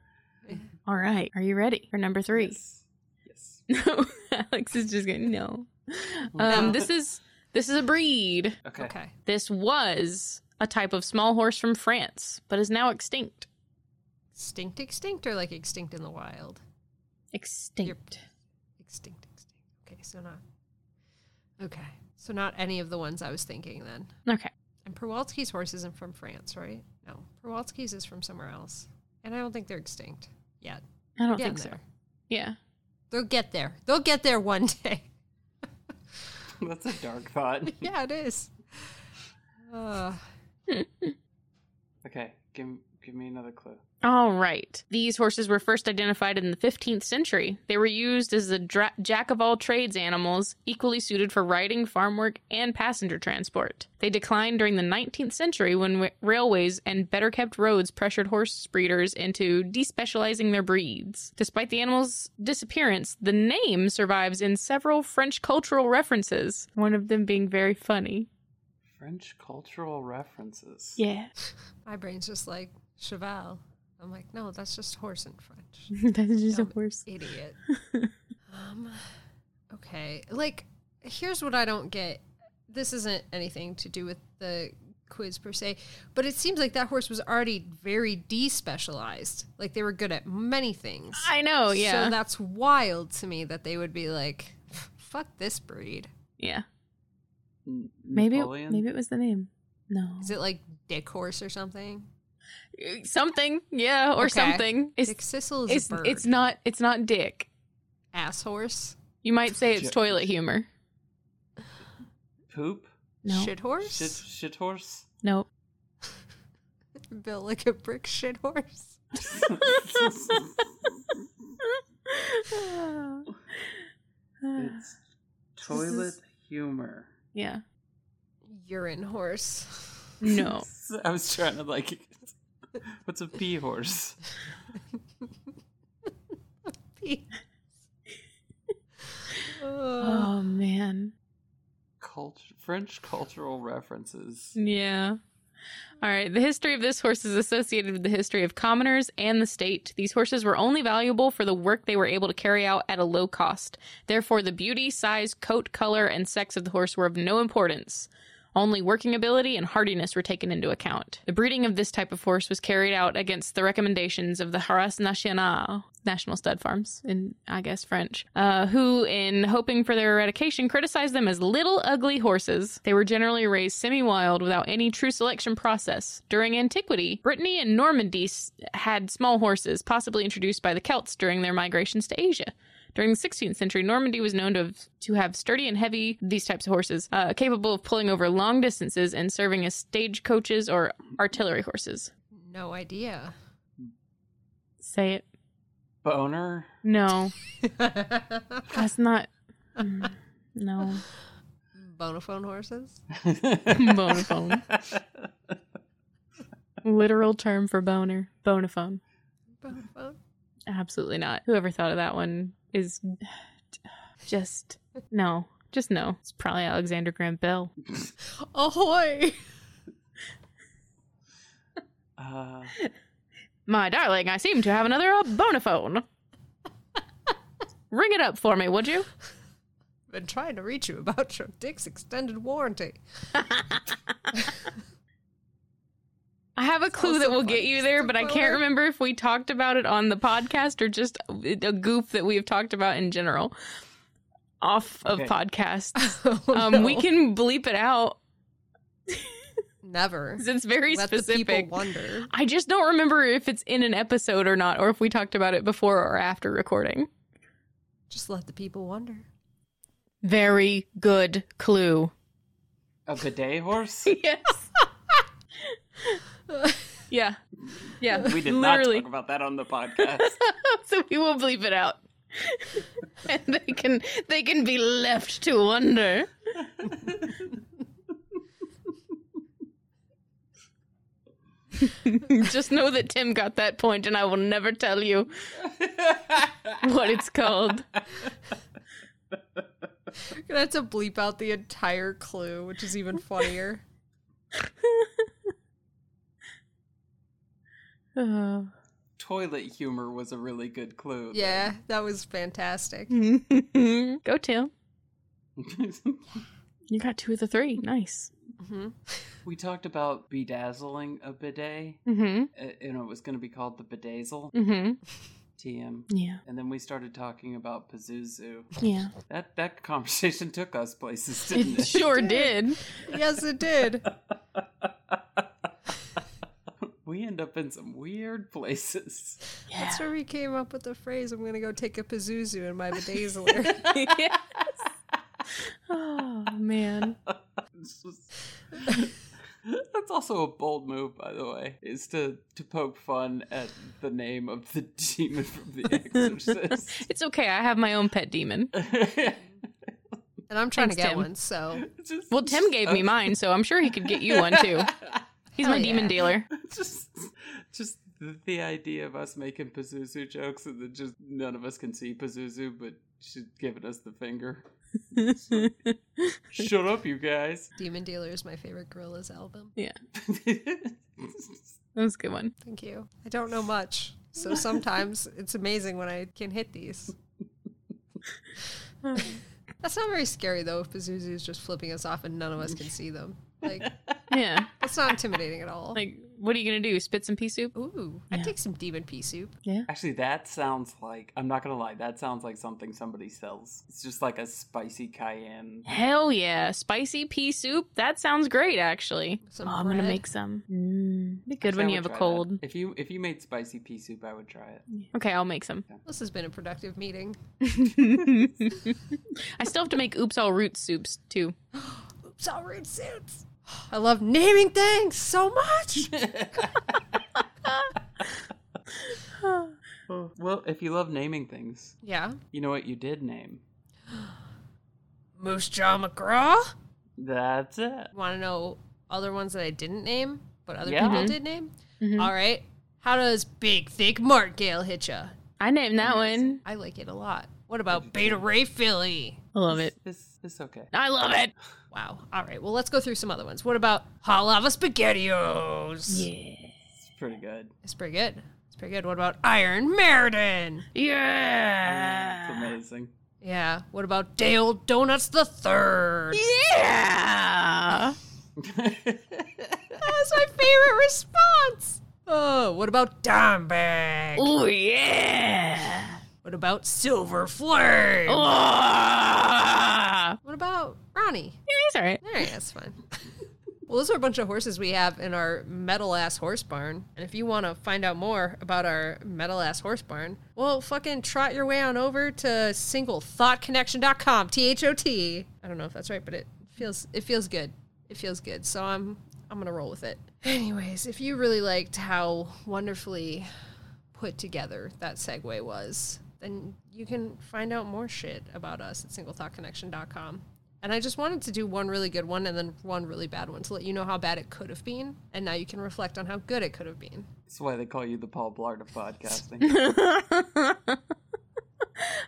Speaker 2: All right, are you ready for number three?
Speaker 1: Yes. Yes.
Speaker 2: No, Alex is just going no.
Speaker 3: No.
Speaker 2: Um, this is this is a breed.
Speaker 1: Okay.
Speaker 3: okay.
Speaker 2: This was a type of small horse from France, but is now extinct.
Speaker 3: Extinct, extinct, or like extinct in the wild?
Speaker 2: Extinct.
Speaker 3: Extinct, extinct. Okay, so not. Okay, so not any of the ones I was thinking then.
Speaker 2: Okay.
Speaker 3: And Przewalski's horse isn't from France, right? No, Przewalski's is from somewhere else, and I don't think they're extinct yet.
Speaker 2: I don't
Speaker 3: Get
Speaker 2: think so.
Speaker 3: there.
Speaker 2: Yeah.
Speaker 3: They'll get there. They'll get there one day.
Speaker 1: That's a dark thought.
Speaker 3: yeah, it is. Uh,
Speaker 1: Okay. Give Give me another clue.
Speaker 2: All right. These horses were first identified in the 15th century. They were used as the dra- jack of all trades animals, equally suited for riding, farm work, and passenger transport. They declined during the 19th century when w- railways and better kept roads pressured horse breeders into despecializing their breeds. Despite the animal's disappearance, the name survives in several French cultural references, one of them being very funny.
Speaker 1: French cultural references.
Speaker 2: Yeah.
Speaker 3: my brain's just like cheval. I'm like, no, that's just horse in French.
Speaker 2: that is just a
Speaker 3: Dumb
Speaker 2: horse.
Speaker 3: idiot. um, okay. Like, here's what I don't get. This isn't anything to do with the quiz per se, but it seems like that horse was already very despecialized. Like, they were good at many things.
Speaker 2: I know, yeah.
Speaker 3: So that's wild to me that they would be like, fuck this breed.
Speaker 2: yeah.
Speaker 1: N-
Speaker 2: Maybe
Speaker 1: Napoleon?
Speaker 2: maybe it was the name. No.
Speaker 3: Is it like dick horse or something?
Speaker 2: Something. Yeah, or
Speaker 3: Okay.
Speaker 2: something. It's
Speaker 3: dick Sissel is
Speaker 2: it's
Speaker 3: a bird.
Speaker 2: it's not it's not dick.
Speaker 3: ass horse.
Speaker 2: You might say it's
Speaker 1: Shit.
Speaker 2: toilet humor.
Speaker 1: poop.
Speaker 2: No.
Speaker 3: Shit horse?
Speaker 1: Shit. Shit horse.
Speaker 2: No.
Speaker 3: Built like a brick shit horse.
Speaker 1: it's toilet humor.
Speaker 2: yeah.
Speaker 3: Urine horse.
Speaker 2: No.
Speaker 1: I was trying to like. What's a pea horse?
Speaker 3: Uh,
Speaker 2: Oh man.
Speaker 1: Cult- French cultural references.
Speaker 2: Mm. Yeah. All right. The history of this horse is associated with the history of commoners and the state. These horses were only valuable for the work they were able to carry out at a low cost. Therefore, the beauty, size, coat, color, and sex of the horse were of no importance. Only working ability and hardiness were taken into account. The breeding of this type of horse was carried out against the recommendations of the Haras National, National Stud Farms, in I guess French, uh, who, in hoping for their eradication, criticized them as little ugly horses. They were generally raised semi wild without any true selection process. During antiquity, Brittany and Normandy s- had small horses, possibly introduced by the Celts during their migrations to Asia. During the 16th century, Normandy was known to have, to have sturdy and heavy these types of horses, uh, capable of pulling over long distances and serving as stage coaches or artillery horses.
Speaker 3: no idea.
Speaker 2: Say it.
Speaker 1: Boner.
Speaker 2: No,
Speaker 3: Bonophone
Speaker 2: that's not. Mm, No.
Speaker 3: horses?
Speaker 2: Bonophone. Literal term for boner. Bonophone.
Speaker 3: Bonophone?
Speaker 2: Absolutely not. Whoever thought of that one is just no. Just no. It's probably Alexander Graham Bell.
Speaker 3: Ahoy!
Speaker 1: Uh,
Speaker 2: My darling, I seem to have another uh, bonaphone. Ring it up for me, would you?
Speaker 3: Been trying to reach you about your dick's extended warranty.
Speaker 2: I have a clue
Speaker 3: also
Speaker 2: that will
Speaker 3: funny.
Speaker 2: get you there, but I can't remember if we talked about it on the podcast or just a goof that we have talked about in general off of
Speaker 1: Okay.
Speaker 2: podcasts.
Speaker 3: Oh,
Speaker 2: Um,
Speaker 3: no.
Speaker 2: We can bleep it out
Speaker 3: never
Speaker 2: 'cause it's very
Speaker 3: let the
Speaker 2: specific.
Speaker 3: people wonder.
Speaker 2: I just don't remember if it's in an episode or not, or if we talked about it before or after recording.
Speaker 3: Just let the people wonder.
Speaker 2: Very good clue.
Speaker 1: A bidet horse?
Speaker 2: Yes. yeah. Yeah.
Speaker 1: We did
Speaker 2: Literally.
Speaker 1: not talk about that on the podcast.
Speaker 2: so we will bleep it out. and they can they can be left to wonder. Just know that Tim got that point and I will never tell you what it's called.
Speaker 3: You're gonna have to bleep out the entire clue, which is even funnier.
Speaker 2: Oh.
Speaker 1: Toilet humor was a really good clue.
Speaker 3: yeah, that was fantastic.
Speaker 2: Go Tim. You got two of the three. Nice. Mm-hmm.
Speaker 3: hmm
Speaker 1: we talked about bedazzling a bidet,
Speaker 2: Mhm.
Speaker 1: uh, and it was going to be called the bedazzle,
Speaker 2: Mhm.
Speaker 1: TM.
Speaker 2: Yeah.
Speaker 1: And then we started talking about Pazuzu.
Speaker 2: Yeah.
Speaker 1: That that conversation took us places, didn't
Speaker 2: It
Speaker 1: it?
Speaker 2: sure did.
Speaker 3: Yes, it did.
Speaker 1: we end up in some weird places.
Speaker 3: That's where we came up with the phrase "I'm gonna go take a Pazuzu in my bedazzler."
Speaker 2: yes. Oh man.
Speaker 1: It's just- That's also a bold move, by the way, is to, to poke fun at the name of the demon from The Exorcist.
Speaker 2: It's okay. I have my own pet demon.
Speaker 3: and I'm trying to
Speaker 2: Thanks,
Speaker 3: get
Speaker 2: Tim.
Speaker 3: one, so
Speaker 1: It's just-
Speaker 2: Well, Tim gave me mine, so I'm sure he could get you one too. He's
Speaker 3: Hell
Speaker 2: my demon
Speaker 3: yeah.
Speaker 2: dealer.
Speaker 1: just just the, the idea of us making Pazuzu jokes and then just none of us can see Pazuzu, but she's giving us the finger. It's like, Shut up, you guys.
Speaker 3: Demon Dealer is my favorite Gorillas album.
Speaker 2: That was a good one.
Speaker 3: Thank you. I don't know much, so sometimes it's amazing when I can hit these. That's not very scary though. If Pazuzu is just flipping us off and none of us can see them, like
Speaker 2: Yeah.
Speaker 3: that's not intimidating at all.
Speaker 2: Like, what are you gonna do? Spit some pea soup?
Speaker 3: Ooh,
Speaker 2: Yeah.
Speaker 3: I'd take some demon pea soup.
Speaker 1: Actually, that sounds like I'm not gonna lie. That sounds like something somebody sells. It's just like a spicy cayenne.
Speaker 2: Hell yeah! Spicy pea soup. That sounds great, actually.
Speaker 3: Some
Speaker 2: oh, I'm gonna
Speaker 3: bread.
Speaker 2: make some. Mm. Be good
Speaker 1: Actually,
Speaker 2: when
Speaker 1: I
Speaker 2: you have
Speaker 1: would
Speaker 2: a
Speaker 1: try that.
Speaker 2: cold.
Speaker 1: If you if you made spicy pea soup, I would try it.
Speaker 2: Okay, I'll make some.
Speaker 3: This has been a productive meeting.
Speaker 2: I still have to make oops all root soups too.
Speaker 3: Oops, all root suits. I love naming things so much.
Speaker 1: Oh, Well, if you love naming things,
Speaker 3: yeah,
Speaker 1: you know what you did name.
Speaker 3: Moose Jaw McGraw.
Speaker 1: That's it.
Speaker 3: Want to know other ones that I didn't name, but other
Speaker 1: Yeah.
Speaker 3: people
Speaker 1: Mhm.
Speaker 3: did name? All right. How does Big Thick Martingale hit ya?
Speaker 2: I named that one.
Speaker 3: I like it a lot. What about Beta Ray Philly?
Speaker 2: I love it.
Speaker 1: This this okay.
Speaker 2: I love it.
Speaker 3: Wow. All right. Well, let's go through some other ones. What about Halava Spaghettios?
Speaker 2: Yeah.
Speaker 1: It's pretty good.
Speaker 3: It's pretty good. It's pretty good. What about Iron Meriden?
Speaker 1: It's
Speaker 2: Yeah.
Speaker 1: amazing.
Speaker 3: Yeah. What about Dale Donuts the Third?
Speaker 2: Yeah.
Speaker 3: That was my favorite response. Oh, what about Dimebag?
Speaker 2: Oh yeah.
Speaker 3: What about Silver Flame?
Speaker 2: Oh.
Speaker 3: What about Ronnie?
Speaker 2: He's all right.
Speaker 3: All right, that's fine. well, those are a bunch of horses we have in our metal ass horse barn. And if you want to find out more about our metal ass horse barn, well, fucking trot your way on over to singlethoughtconnection.com. T H O T. I don't know if that's right, but it feels it feels good. It feels good. So I'm I'm gonna roll with it. Anyways, if you really liked how wonderfully put together that segue was, then you can find out more shit about us at singlethoughtconnection.com. And I just wanted to do one really good one and then one really bad one to let you know how bad it could have been. And now you can reflect on how good it could have been.
Speaker 1: That's why they call you the Paul Blart of podcasting.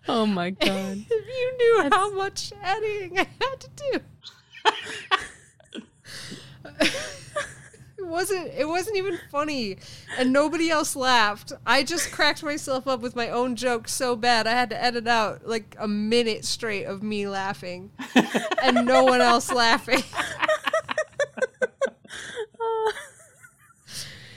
Speaker 2: Oh my god.
Speaker 3: If you knew how much editing I had to do. it wasn't it wasn't even funny and nobody else laughed. I just cracked myself up with my own joke so bad I had to edit out like a minute straight of me laughing and no one else laughing.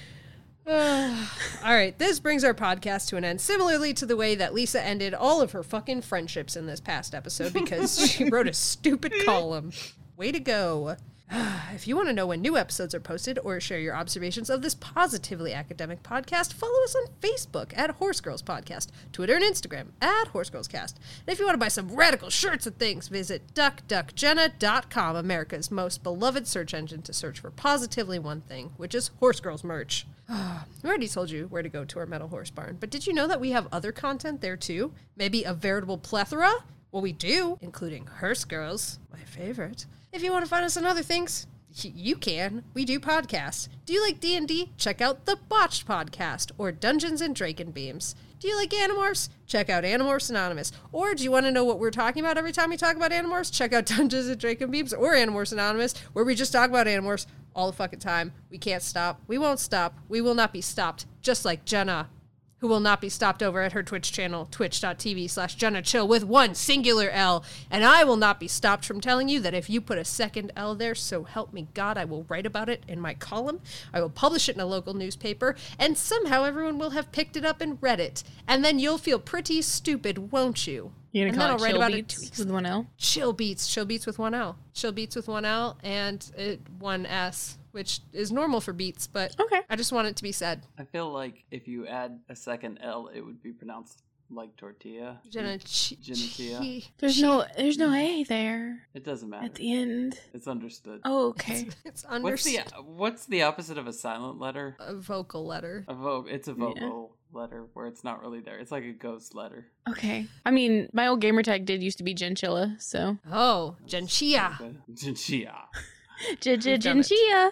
Speaker 3: All right, this brings our podcast to an end, similarly to the way that Lisa ended all of her fucking friendships in this past episode because she wrote a stupid column. Way to go. If you want to know when new episodes are posted or share your observations of this positively academic podcast, follow us on Facebook at Horse Girls Podcast, Twitter and Instagram at Horse Girls Cast. And if you want to buy some radical shirts and things, visit duckduckjenna.com, America's most beloved search engine to search for positively one thing, which is Horse Girls merch. We already told you where to go to our metal horse barn, but did you know that we have other content there too? Maybe a veritable plethora? Well, we do, including Hearse Girls, my favorite. If you want to find us on other things, y- you can. We do podcasts. Do you like D&D? Check out the Botched Podcast or Dungeons and Draken Beams. Do you like Animorphs? Check out Animorphs Anonymous. Or do you want to know what we're talking about every time we talk about Animorphs? Check out Dungeons and Draken Beams or Animorphs Anonymous, where we just talk about Animorphs all the fucking time. We can't stop. We won't stop. We will not be stopped. Just like Jenna, who will not be stopped over at her Twitch channel, twitch.tv slash Jenna Chill with one singular L. And I will not be stopped from telling you that if you put a second L there, so help me God, I will write about it in my column. I will publish it in a local newspaper, and somehow everyone will have picked it up and read it. And then you'll feel pretty stupid, won't you?
Speaker 2: You're
Speaker 3: and
Speaker 2: gonna
Speaker 3: then
Speaker 2: call it chill
Speaker 3: two
Speaker 2: beats
Speaker 3: weeks
Speaker 2: with one L.
Speaker 3: Chill Beats. Chill Beats with one L. Chill Beats with one L and it, one S, which is normal for beats, but
Speaker 2: Okay.
Speaker 3: I just want it to be said.
Speaker 1: I feel like if you add a second L, it would be pronounced like tortilla.
Speaker 3: Jenna, chi-
Speaker 1: Genitia.
Speaker 3: chi-
Speaker 2: There's no there's no A there
Speaker 1: It doesn't matter.
Speaker 2: at the end.
Speaker 1: It's understood.
Speaker 2: Oh, okay.
Speaker 3: It's
Speaker 1: what's the
Speaker 3: understood.
Speaker 1: what's the opposite of a silent letter?
Speaker 3: A vocal letter.
Speaker 1: A vo- it's a vocal letter where it's not really there. It's like a ghost letter.
Speaker 2: Okay. I mean, my old gamer tag did used to be Genchilla, so
Speaker 3: Oh,
Speaker 2: Ah.
Speaker 3: Genchia.
Speaker 1: Chia.
Speaker 2: J-
Speaker 3: done it.
Speaker 2: Genchilla.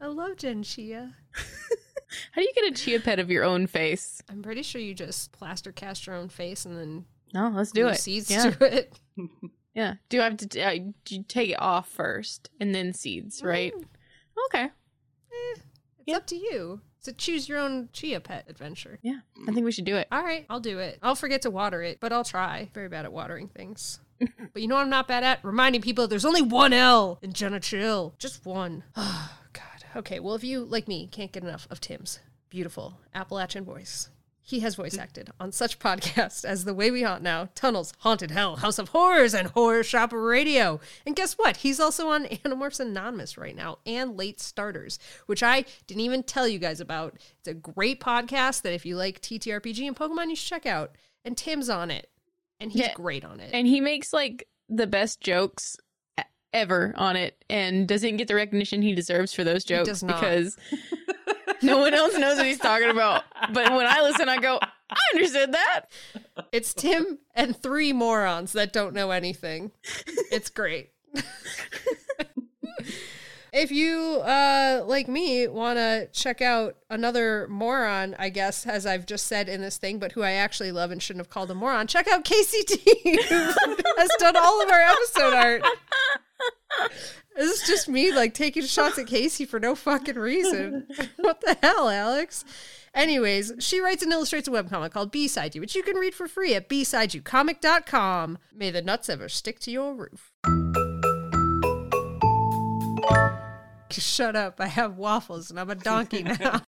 Speaker 3: I love Genchia.
Speaker 2: How do you get a chia pet of your own face?
Speaker 3: I'm pretty sure you just plaster cast your own face and then
Speaker 2: No, let's do
Speaker 3: glue
Speaker 2: it.
Speaker 3: seeds
Speaker 2: yeah.
Speaker 3: to it.
Speaker 2: yeah. Do I have to uh, do you take it off first and then seeds, right? Okay.
Speaker 3: It's
Speaker 2: Yeah.
Speaker 3: up to you. It's a choose your own chia pet adventure.
Speaker 2: Yeah. I think we should do it.
Speaker 3: All right, I'll do it. I'll forget to water it, but I'll try. Very bad at watering things. but you know what I'm not bad at? Reminding people there's only one L in Jenna Chill. Just one. Oh, God. Okay, well, if you, like me, can't get enough of Tim's beautiful Appalachian voice, he has voice acted on such podcasts as The Way We Haunt Now, Tunnels, Haunted Hell, House of Horrors, and Horror Shop Radio. And guess what? He's also on Animorphs Anonymous right now and Late Starters, which I didn't even tell you guys about. It's a great podcast that if you like TTRPG and Pokemon, you should check out. And Tim's on it, and he's
Speaker 2: Yeah.
Speaker 3: great on it.
Speaker 2: And he makes like the best jokes e- ever on it and doesn't get the recognition he deserves for those jokes
Speaker 3: does not.
Speaker 2: because no one else knows what he's talking about. But when I listen, I go, I understood that.
Speaker 3: It's Tim and three morons that don't know anything. It's great. if you, uh, like me, want to check out another moron, I guess, as I've just said in this thing, but who I actually love and shouldn't have called a moron, check out KCT, who has done all of our episode art. This is just me like taking shots at Casey for no fucking reason. what the hell, Alex? Anyways, she writes and illustrates a webcomic called Beside You, which you can read for free at besideyoucomic.com. May the nuts ever stick to your roof. Shut up. I have waffles and I'm a donkey now.